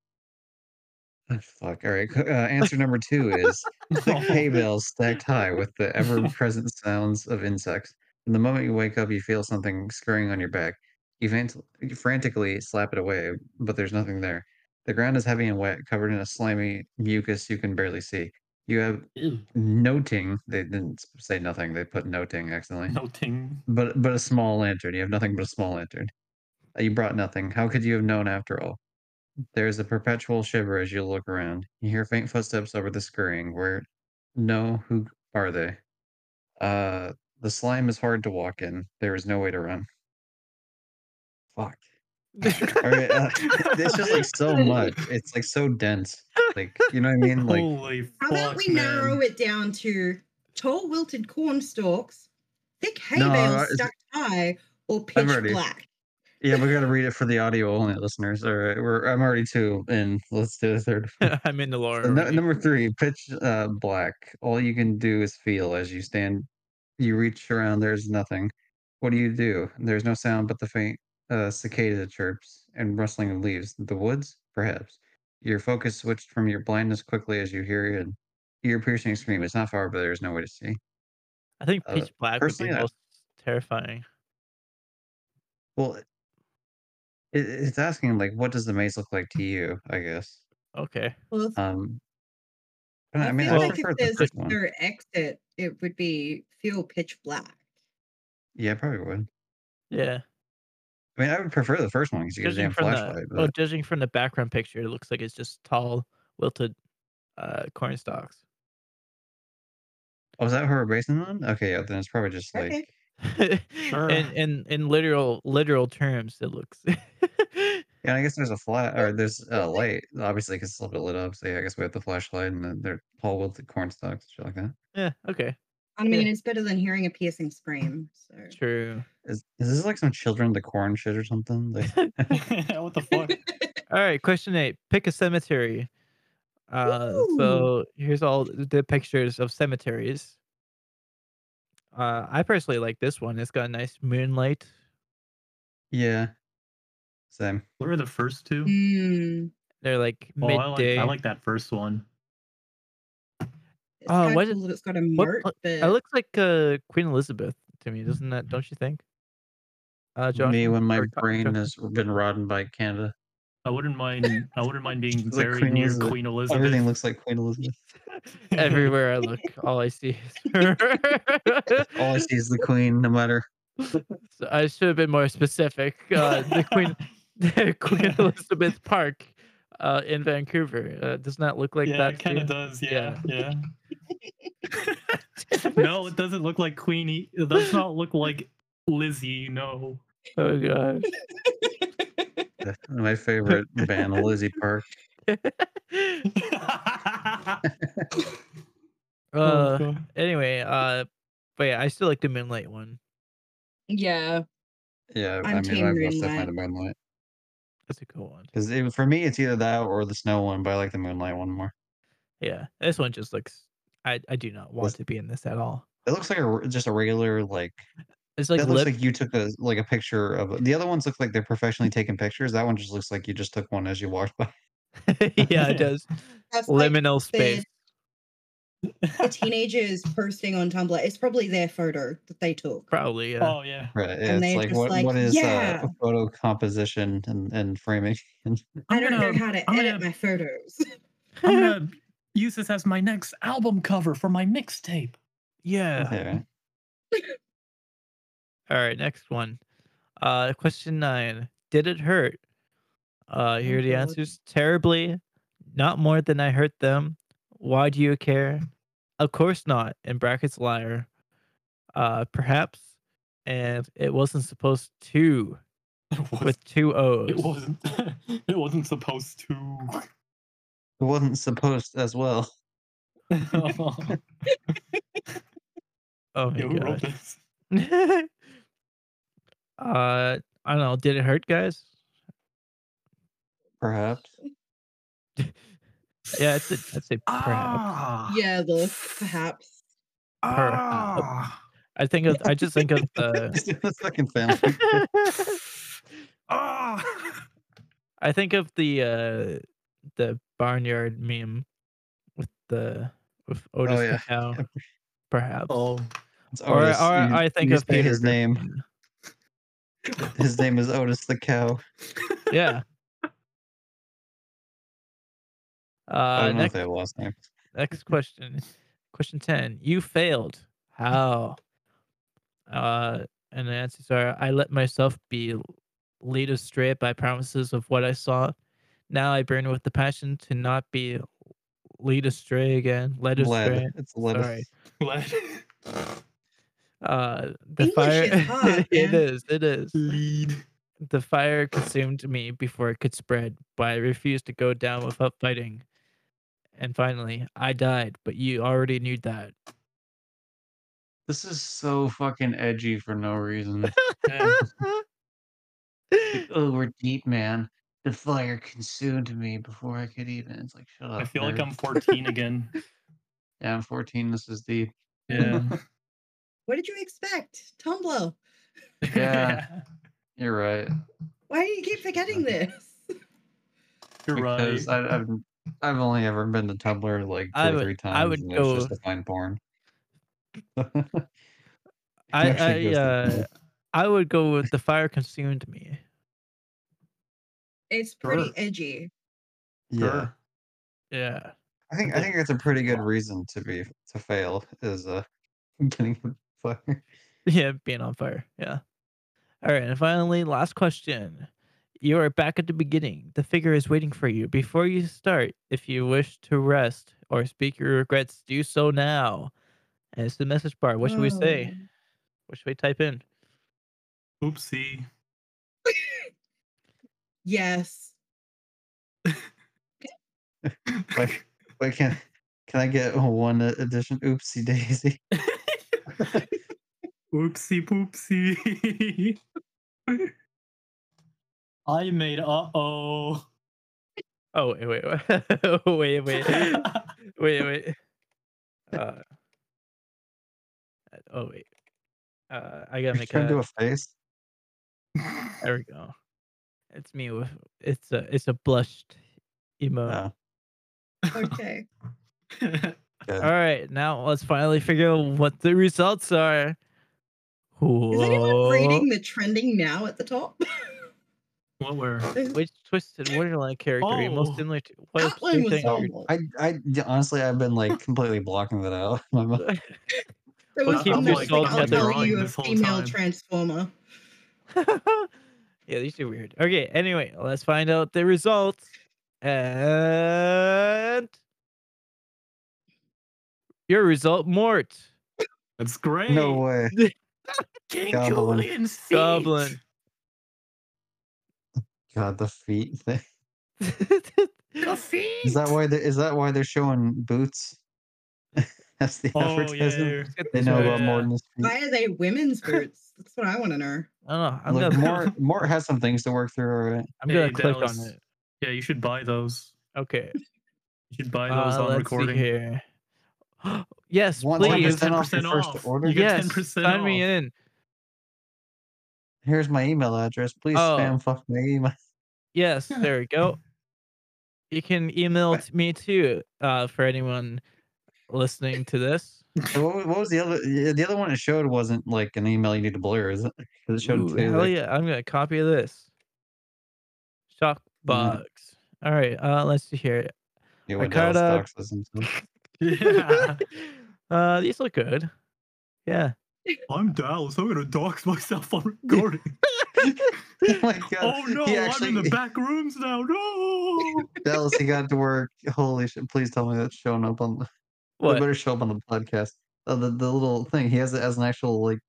S2: Ah, Fuck. All right. Uh, answer number two is
S1: Oh,
S2: thick
S1: uh,
S2: hay bales stacked high with the ever present sounds of insects. And the moment you wake up, you feel something scurrying on your back. You, fant- you frantically slap it away, but there's nothing there. The ground is heavy and wet, covered in a slimy mucus you can barely see. You have noting. They didn't s- say nothing. They put noting accidentally
S1: Noting.
S2: but but a small lantern. You have nothing but a small lantern. Uh, You brought nothing. How could you have known after all? There is a perpetual shiver as you look around. You hear faint footsteps over the scurrying. Where? No, who are they? Uh, the slime is hard to walk in. There is no way to run. Fuck. All right, uh, it's just like so much. It's like so dense. Like you know what I mean? Like
S1: Holy
S4: How about
S1: fuck,
S4: we
S1: man.
S4: narrow it down to tall wilted corn stalks, thick hay
S2: No,
S4: bales
S2: it's-
S4: stacked high, or pitch
S2: already-
S4: black?
S2: yeah, we gotta read it for the audio only listeners. All right, we're I'm already two in. Let's do a third.
S3: I'm in the lore.
S2: So nu-
S3: already.
S2: number three, pitch uh, black. All you can do is feel as you stand. You reach around. There's nothing. What do you do? There's no sound but the faint uh, cicada chirps and rustling of leaves. The woods, perhaps. Your focus switched from your blindness quickly as you hear an ear-piercing scream. It's not far, but there's no way to see.
S3: I think
S2: uh,
S3: pitch black would be
S2: personally, I-
S3: most terrifying.
S2: Well, it, it- it's asking like, what does the maze look like to you? I guess.
S3: Okay.
S4: Well, if-
S2: Um, I,
S4: I,
S2: don't- I mean,
S4: feel
S2: I
S4: like
S2: prefer
S4: if
S2: the
S4: there's a
S2: first one.
S4: third exit, it would be feel pitch black.
S2: Yeah, I probably would.
S3: Yeah.
S2: I mean, I would prefer the first one because you get a
S3: Judging
S2: damn
S3: from
S2: flashlight.
S3: the
S2: but...
S3: oh, judging from the background picture, it looks like it's just tall, wilted uh, corn stalks.
S2: Oh, is that her basin one? Okay, yeah, then it's probably just like
S4: Okay.
S1: Sure.
S3: In in in literal literal terms, it looks.
S2: yeah, and I guess there's a flat or there's a light, obviously, because it's a little bit lit up. So yeah, I guess we have the flashlight and then they're all with the corn stalks, shit like that.
S3: yeah. Okay.
S4: I mean, it's better than hearing a piercing scream. So
S3: True.
S2: Is is this like some children the corn shit or something? Like,
S1: what the fuck?
S3: All right. Question eight. Pick a cemetery. Uh,
S4: Ooh.
S3: so here's all the pictures of cemeteries. Uh, I personally like this one. It's got nice moonlight.
S2: yeah, same.
S1: What are the first two?
S4: Mm,
S3: They're like
S1: Oh, I like,
S3: midday.
S1: I like that first one.
S4: it's
S3: Oh,
S4: kinda
S3: what-
S4: cool that it's got a
S3: what
S4: moat,
S3: pla-
S4: but
S3: It looks like uh, Queen Elizabeth to me, doesn't that? Don't you think? Uh, Josh,
S2: Me when my
S3: or Co-
S2: brain
S3: Josh-
S2: has been rotted by Canada,
S1: I wouldn't mind. I wouldn't mind being
S2: It's like
S1: very
S2: Queen
S1: near
S2: Elizabeth.
S1: Queen Elizabeth.
S2: everything looks like Queen Elizabeth.
S3: everywhere I look, all I see is her.
S2: All I see is the Queen, no matter.
S3: So I should have been more specific. Uh, the Queen, the Queen Elizabeth Park, uh, in Vancouver, uh, does not look like
S1: yeah,
S3: that.
S1: it
S3: to
S1: kind of
S3: you?
S1: does. Yeah, yeah. no, it doesn't look like Queenie. It does not look like Lizzie. No.
S3: Oh gosh.
S2: That's My favorite band, Lizzie Park.
S3: Uh,
S1: Oh,
S3: anyway, uh, but yeah, I still like the Moonlight one.
S4: yeah,
S2: Yeah,
S4: I'm
S2: i mean,
S4: team
S2: I've lost
S4: Moonlight.
S2: that moonlight.
S3: That's a cool one.
S2: Because it, for me, it's either that or the snow one, but I like the moonlight one more.
S3: Yeah, this one just looks. I I do not want
S2: Was-
S3: to be in this at all.
S2: It looks like a, r- just a regular like.
S3: It's like
S2: that looks
S3: lip.
S2: like you took a like a picture of it. the other ones look like they're professionally taking pictures. That one just looks like you just took one as you walked by.
S3: yeah, it does.
S4: that's like
S3: Liminal space.
S4: the teenagers posting on Tumblr. It's probably their photo that they took.
S3: Probably. Yeah.
S1: oh yeah.
S2: Right?
S4: And
S2: it's
S4: they're
S2: like
S4: just
S2: what
S4: like,
S2: what is
S4: "Yeah."
S2: uh, photo composition and, and framing?
S4: I
S1: I'm
S4: don't
S1: gonna-
S4: know how to
S1: I'm
S4: edit
S1: gonna-
S4: my photos.
S1: I'm gonna use this as my next album cover for my mixtape.
S3: yeah.
S2: yeah.
S3: All right. Next one. Uh, question nine. Did it hurt? Uh, here are the
S1: Oh, God.
S3: answers. Terribly. Not more than I hurt them. Why do you care? Of course not. In brackets, liar. uh, perhaps, and it wasn't supposed to
S1: It, was,
S3: with two O's.
S1: it wasn't. it wasn't supposed to.
S2: It wasn't supposed as well.
S3: Oh my
S1: yeah, who wrote
S3: god.
S1: this?
S3: uh, I don't know. Did it hurt, guys?
S2: Perhaps.
S3: Yeah, it's a, I'd say perhaps.
S4: Yeah, look, perhaps.
S1: Ah.
S3: I think of, I just think of the.
S2: It's in the second family.
S1: Ah.
S3: I think of the uh the barnyard meme with the with Otis
S2: Oh, yeah.
S3: Cacao, perhaps.
S1: Oh,
S2: It's
S3: Or-
S2: Otis.
S3: or
S2: You-
S3: I think
S2: you
S3: of
S2: say
S3: Peter
S2: his name. His name is Otis the cow.
S3: Yeah.
S2: I
S3: Uh,
S2: don't know if
S3: next,
S2: they have a last name.
S3: next question, question ten. You failed. How? Uh, and the answers are: I let myself be lead astray by promises of what I saw. Now I burn with the passion to not be lead astray again. Led astray.
S2: Lead. It's lead.
S3: Sorry.
S1: glad.
S3: Uh, the
S4: English
S3: fire.
S4: is hard,
S3: it
S4: man.
S3: is. It is.
S1: Lead.
S3: The fire consumed me before it could spread, but I refused to go down without fighting. And finally, I died, but you already knew that.
S2: This is so fucking edgy for no reason.
S1: Yeah.
S2: oh, we're deep, man. The fire consumed me before I could even. It's like, shut up.
S1: I feel like
S2: nerd.
S1: I'm 14 again.
S2: Yeah, I'm 14. This is deep.
S1: Yeah.
S4: What did you expect? Tumblr.
S2: Yeah. You're right.
S4: Why do you keep forgetting this?
S1: You're
S2: because
S1: right.
S2: I, I've I've only ever been to Tumblr like two
S3: I
S2: or
S3: would-
S2: three times.
S3: I would
S2: and
S3: go-
S2: It's just to find porn.
S3: I,
S2: Actually
S3: I,
S2: goes to
S3: uh,
S2: Tumblr.
S3: I would go with the fire consumed me.
S4: It's pretty
S1: Sure.
S4: edgy.
S2: yeah,
S1: Sure.
S3: Yeah.
S2: I think I think it's a pretty good reason to be to fail is uh getting a fire.
S3: Yeah, being on fire. Yeah. All right. And finally, last question. You are back at the beginning. The figure is waiting for you. Before you start, if you wish to rest or speak your regrets, do so now. And it's the message bar. What should we
S4: Oh.
S3: say? What should we type in?
S1: Oopsie.
S4: Yes.
S2: Like, wait, can can I get one edition? Oopsie daisy.
S1: Oopsie poopsie. I made uh oh.
S3: Oh wait, wait, wait, wait, wait, wait, wait. Uh, oh wait. Uh, I gotta
S2: Can
S3: make
S2: I do
S3: a.
S2: a face?
S3: There we go. It's me with. It's a. It's a blushed emoji.
S2: No.
S4: Okay.
S3: All right, now let's finally figure out what the results are.
S4: Is
S3: Whoa.
S4: anyone reading the trending now at the top?
S1: what were?
S3: Which Twisted Wonderland character are you
S1: Oh.
S3: most similar to? What
S4: That one was
S3: thing-
S2: Oh,
S4: horrible.
S2: I, I yeah, honestly, I've been like completely blocking that out. of My mind.
S4: There
S3: Well,
S4: was
S3: keep
S4: one
S3: your
S4: that was
S3: soul
S4: like, I'll
S3: together
S4: tell
S1: drawing
S4: you a
S1: this whole
S4: female
S1: time.
S4: transformer.
S3: yeah, these are weird. Okay, anyway, let's find out the results. And your result, Mort.
S1: That's great.
S2: No way.
S1: King
S2: Goblin.
S1: Julian's feet.
S3: Goblin.
S2: God, the feet thing.
S1: The feet.
S2: Is that why they is that why they're showing boots? That's the
S1: Oh
S2: advertisement.
S1: yeah.
S2: They know about more than his feet.
S4: Why are they women's boots? That's what I want to know.
S3: I don't know. I'm
S2: Look,
S3: gonna,
S2: Mort, Mort has some things to work through. All right.
S3: I'm gonna
S1: Hey,
S3: click
S1: Dallas.
S3: on it.
S1: Yeah, you should buy those.
S3: Okay.
S1: You should buy those
S3: Uh,
S1: on
S3: let's
S1: recording.
S3: See here. yes,
S2: One
S3: please.
S1: Get
S2: percent off your
S1: 10%
S2: first
S1: off.
S2: order.
S1: You get
S3: yes,
S1: 10%
S3: sign me
S1: off.
S3: in.
S2: Here's my email address. Please
S3: Oh.
S2: spam fuck my email.
S3: Yes, there we go. You can email t- me too. Uh, for anyone listening to this,
S2: So What, wa- what was the other? yeah, The other one it showed wasn't like an email you need to blur, is it? 'Cause it showed
S3: Ooh,
S2: two.
S3: hell
S2: like-
S3: yeah! I'm gonna copy this. Shock
S2: Mm.
S3: box. All right. Uh, let's see here.
S2: yeah,
S3: I
S2: what Dallas
S3: kinda-
S2: Stocks is himself.
S1: Yeah.
S3: uh, these look good. Yeah.
S1: I'm Dallas. I'm gonna dox myself on recording.
S2: oh my god!
S1: oh no!
S2: he
S1: I'm in
S2: actually-
S1: the back rooms now. No.
S2: Dallas, he got to work. Holy shit! Please tell me that's showing up on. the
S3: What?
S2: better show up on the podcast. Oh, the, the little thing. He has it as an actual like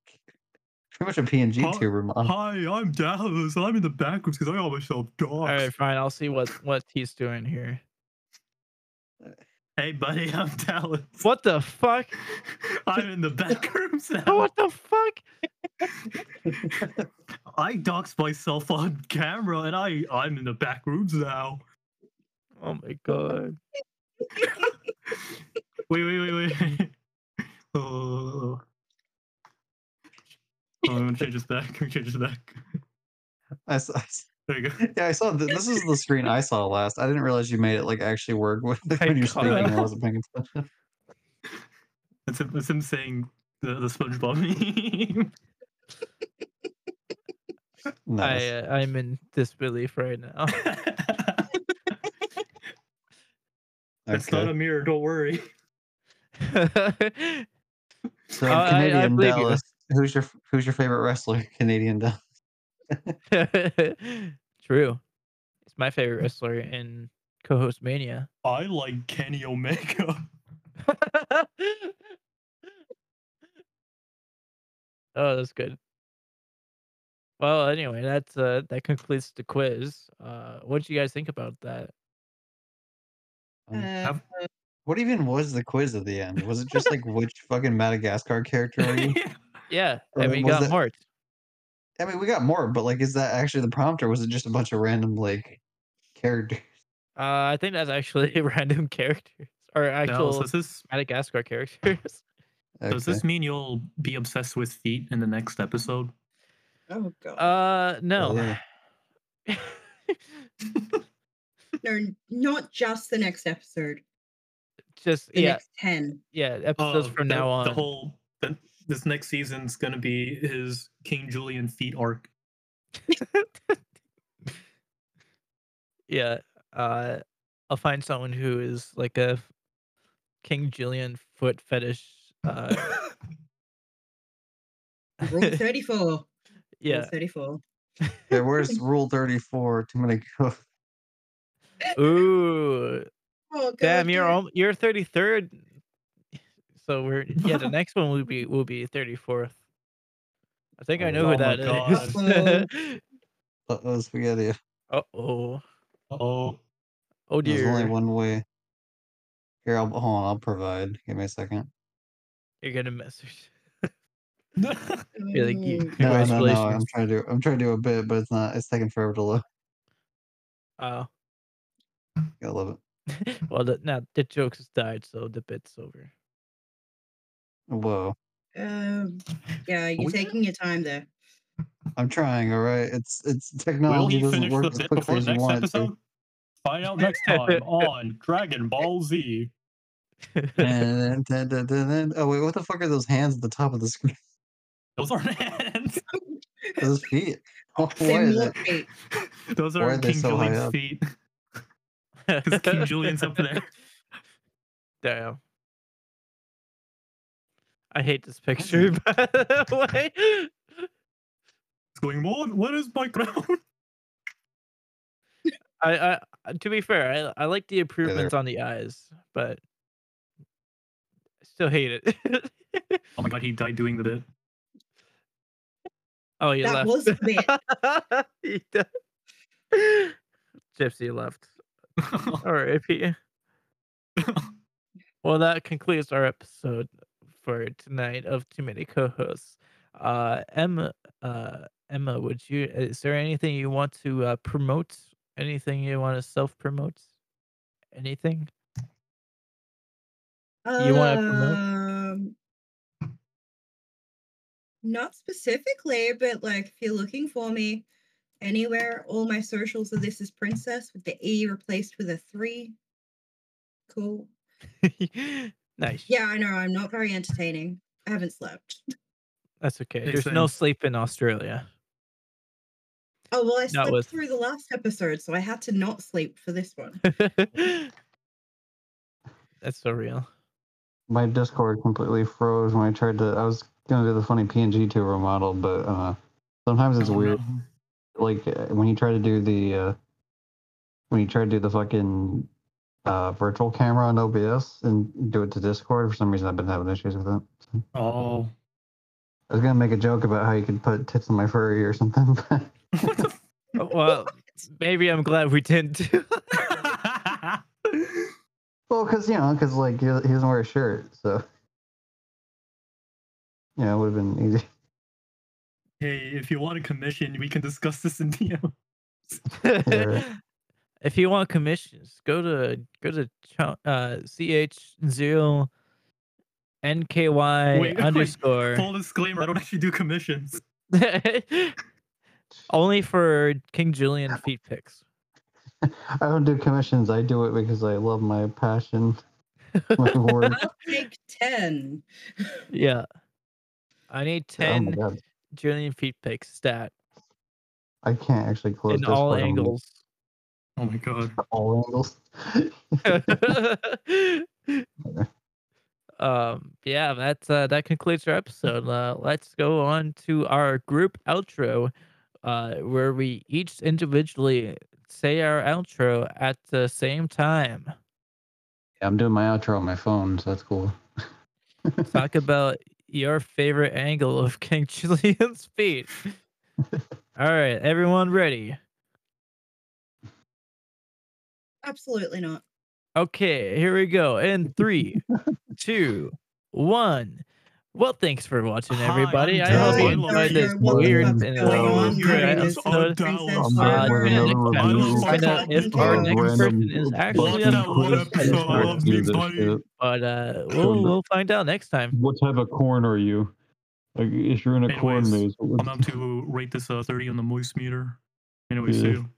S2: pretty much a PNG
S1: Huh?
S2: tuber mod.
S1: Hi, I'm Dallas. I'm in the back rooms because I almost myself
S3: All
S1: dogs.
S3: right, fine. I'll see what what he's doing here.
S1: Hey, buddy, I'm Dallas.
S3: What the fuck?
S1: I'm in the back rooms now.
S3: What the fuck?
S1: I doxed myself on camera, and I I'm in the back rooms now.
S3: Oh my god.
S1: Wait, wait, wait, wait. oh. Oh, I'm gonna change this back. I'm gonna change this back.
S2: I saw,
S1: There you go.
S2: yeah, I saw th- this is the screen I saw last. I didn't realize you made it like actually work with
S3: my
S2: when you're speaking. I
S1: God.
S2: wasn't paying attention.
S1: That's him, that's him saying the, the SpongeBob meme.
S2: Nice.
S3: I uh, I'm in disbelief right now.
S1: It's
S2: Okay.
S1: not a mirror. Don't worry.
S2: So
S3: Uh, I- I
S2: Canadian
S3: believe you.
S2: Dallas. Who's your Who's your favorite wrestler? Canadian Dallas.
S3: True. It's my
S2: Mm.
S3: favorite wrestler in co-host mania.
S1: I like Kenny Omega.
S3: oh, that's good. Well, anyway, that's uh that concludes the quiz. Uh what did you guys think about that?
S2: Um,
S4: Uh,
S2: What even was the quiz at the end? Was it just like which fucking Madagascar character are you?
S3: Yeah,
S2: Uh,
S3: and we
S2: was
S3: got
S2: that-
S3: marked.
S2: I mean, we got more, but like, is that actually the prompt, or was it just a bunch of random like characters?
S3: Uh I think that's actually random characters or actual
S1: Dallas, does this
S3: Madagascar characters.
S1: does this mean you'll be obsessed with feet in the next episode?
S4: oh god.
S3: Uh no.
S2: Really?
S4: no, not just the next episode.
S3: Just
S4: The
S3: yeah,
S4: next ten.
S3: yeah, episodes
S1: Oh,
S2: Um,
S3: from
S1: the-
S3: now on.
S1: the whole the, this next season's gonna be his King Julian feet arc.
S3: Yeah. Uh I'll find someone who is like a f- King Julian foot fetish uh
S4: Rule thirty-four. Rule
S3: yeah.
S4: thirty-four.
S2: Yeah, where's Rule Thirty Four? Too many. co-
S3: Ooh.
S4: Oh god.
S3: Damn, you're
S4: yeah.
S3: al- you're 33rd. So we're yeah, the next one will be will be 34th. I think I
S2: Oh,
S3: know
S1: oh
S3: who
S1: my
S3: that is.
S4: God.
S2: Uh oh, spaghetti.
S3: Uh-oh.
S1: Oh,
S3: Oh
S2: There's only
S3: dear.
S2: one way. Here, I'll, hold on. I'll provide. Give me a second.
S3: You're gonna message. You're like, you,
S4: Mm.
S2: No, no, no. I'm
S3: congratulations.
S2: trying to do. I'm trying to do a bit, but it's not. It's taking forever to load.
S3: Oh.
S2: I love it.
S3: well, the, now the jokes has died, so the bit's over.
S2: Whoa.
S4: Um,
S3: Mm.
S4: yeah, you're
S1: we-
S4: taking your time there.
S2: I'm trying. All right. It's it's
S1: will
S2: technology
S1: he
S2: doesn't
S1: finish
S2: work
S1: the
S2: as
S1: bit
S2: quickly
S1: before
S2: as
S1: the
S2: you
S1: next
S2: want it to.
S1: episode? Find out next time on Dragon Ball Z.
S2: And then- then- then- then- oh wait, what the fuck are those hands at the top of the screen?
S1: Those aren't hands.
S2: Those feet. Oh,
S4: They're
S2: what is
S4: more
S2: it?
S4: feet.
S1: Those
S2: Why
S1: aren't
S2: are they
S1: King
S2: so high
S1: Julian's
S2: up?
S1: feet. 'Cause King Julian's up there.
S3: Damn. I hate this picture, by the way.
S1: It's going, what? What is my crown?
S3: I, I- I to be fair, I, I like the improvements on the eyes, but I still hate it.
S1: Oh my god, he died doing the bit.
S3: oh, you
S4: That
S3: left.
S4: was a bit.
S3: He d- Gypsy left. R.I.P. well, that concludes our episode for tonight of Too Many Co-hosts. Uh, Emma, uh, Emma, would you? Is there anything you want to uh, promote? Anything you want to self-promote? Anything? You wanna promote?
S4: Um, not specifically, but like if you're looking for me anywhere, all my socials are this is princess with the E replaced with a three. Cool.
S3: nice.
S4: Yeah, I know. I'm not very entertaining. I haven't slept.
S3: That's okay.
S1: Makes
S3: There's no
S1: sense.
S3: sleep in Australia.
S4: Oh well, I
S3: Not
S4: slept
S3: with-
S4: through the last episode, so I had to not sleep for this one.
S3: That's so real.
S2: My Discord completely froze when I tried to. I was gonna do the funny PNG tuber model, but uh, sometimes it's
S1: Oh,
S2: weird.
S1: no.
S2: Like uh, when you try to do the uh, when you try to do the fucking uh, virtual camera on OBS and do it to Discord. For some reason, I've been having issues with it.
S1: Oh.
S2: I was gonna make a joke about how you could put tits on my furry or something. but
S1: What the
S3: Oh, Well, maybe I'm glad we didn't. do-
S1: f-
S2: well, because you know, because like he, he doesn't wear a shirt, so you know, it would have been easy.
S1: hey, if you want a commission, we can discuss this in DM.
S2: Yeah.
S3: if you want commissions, go to go to cho- uh, ch zero nky
S1: Wait, wait,
S3: underscore
S1: Full disclaimer, I don't actually do commissions.
S3: only for King Julian feet pics.
S2: I don't do commissions. I do it because I love my passion, my work.
S4: I'll take 10.
S3: Yeah, I need
S2: oh my
S3: ten
S2: god,
S3: Julian feet pics stat
S2: I can't actually close
S3: in all
S2: Discord on
S3: angles.
S1: Oh my god.
S2: all angles.
S3: um yeah that's uh that concludes our episode uh, let's go on to our group outro uh where we each individually say our outro at the same time
S2: I'm doing my outro on my phone, so that's cool.
S3: talk about your favorite angle of king julian's feet all right everyone ready
S4: Absolutely not.
S3: Okay, here we go. In three, two, one. Well, thanks for watching,
S1: Hi,
S3: everybody.
S1: I'm
S3: I hope you
S1: Dylan.
S3: enjoyed
S1: Hey,
S3: this
S2: what the
S3: weird
S2: fuck's
S3: and
S4: going on?
S3: weird
S4: You're
S1: an
S3: episode.
S1: adult.
S4: Princess
S2: I'm
S3: Uh,
S2: not wearing
S4: Sarah.
S3: tune in
S2: another
S3: next time to find out if
S1: one.
S4: Random-
S3: our next person is
S2: Oh, Random-
S3: actually
S1: Love
S3: a
S1: that one
S3: police
S1: episode. I
S3: officer.
S1: love me, buddy.
S3: But uh, we'll we'll find out next time.
S2: What type of corn are you? Like, if you're in a corn
S1: Anyways,
S2: maze, what would-
S1: I'm up to rate this uh, 30 on the moist meter. Anyway, see
S2: Yeah.
S1: you.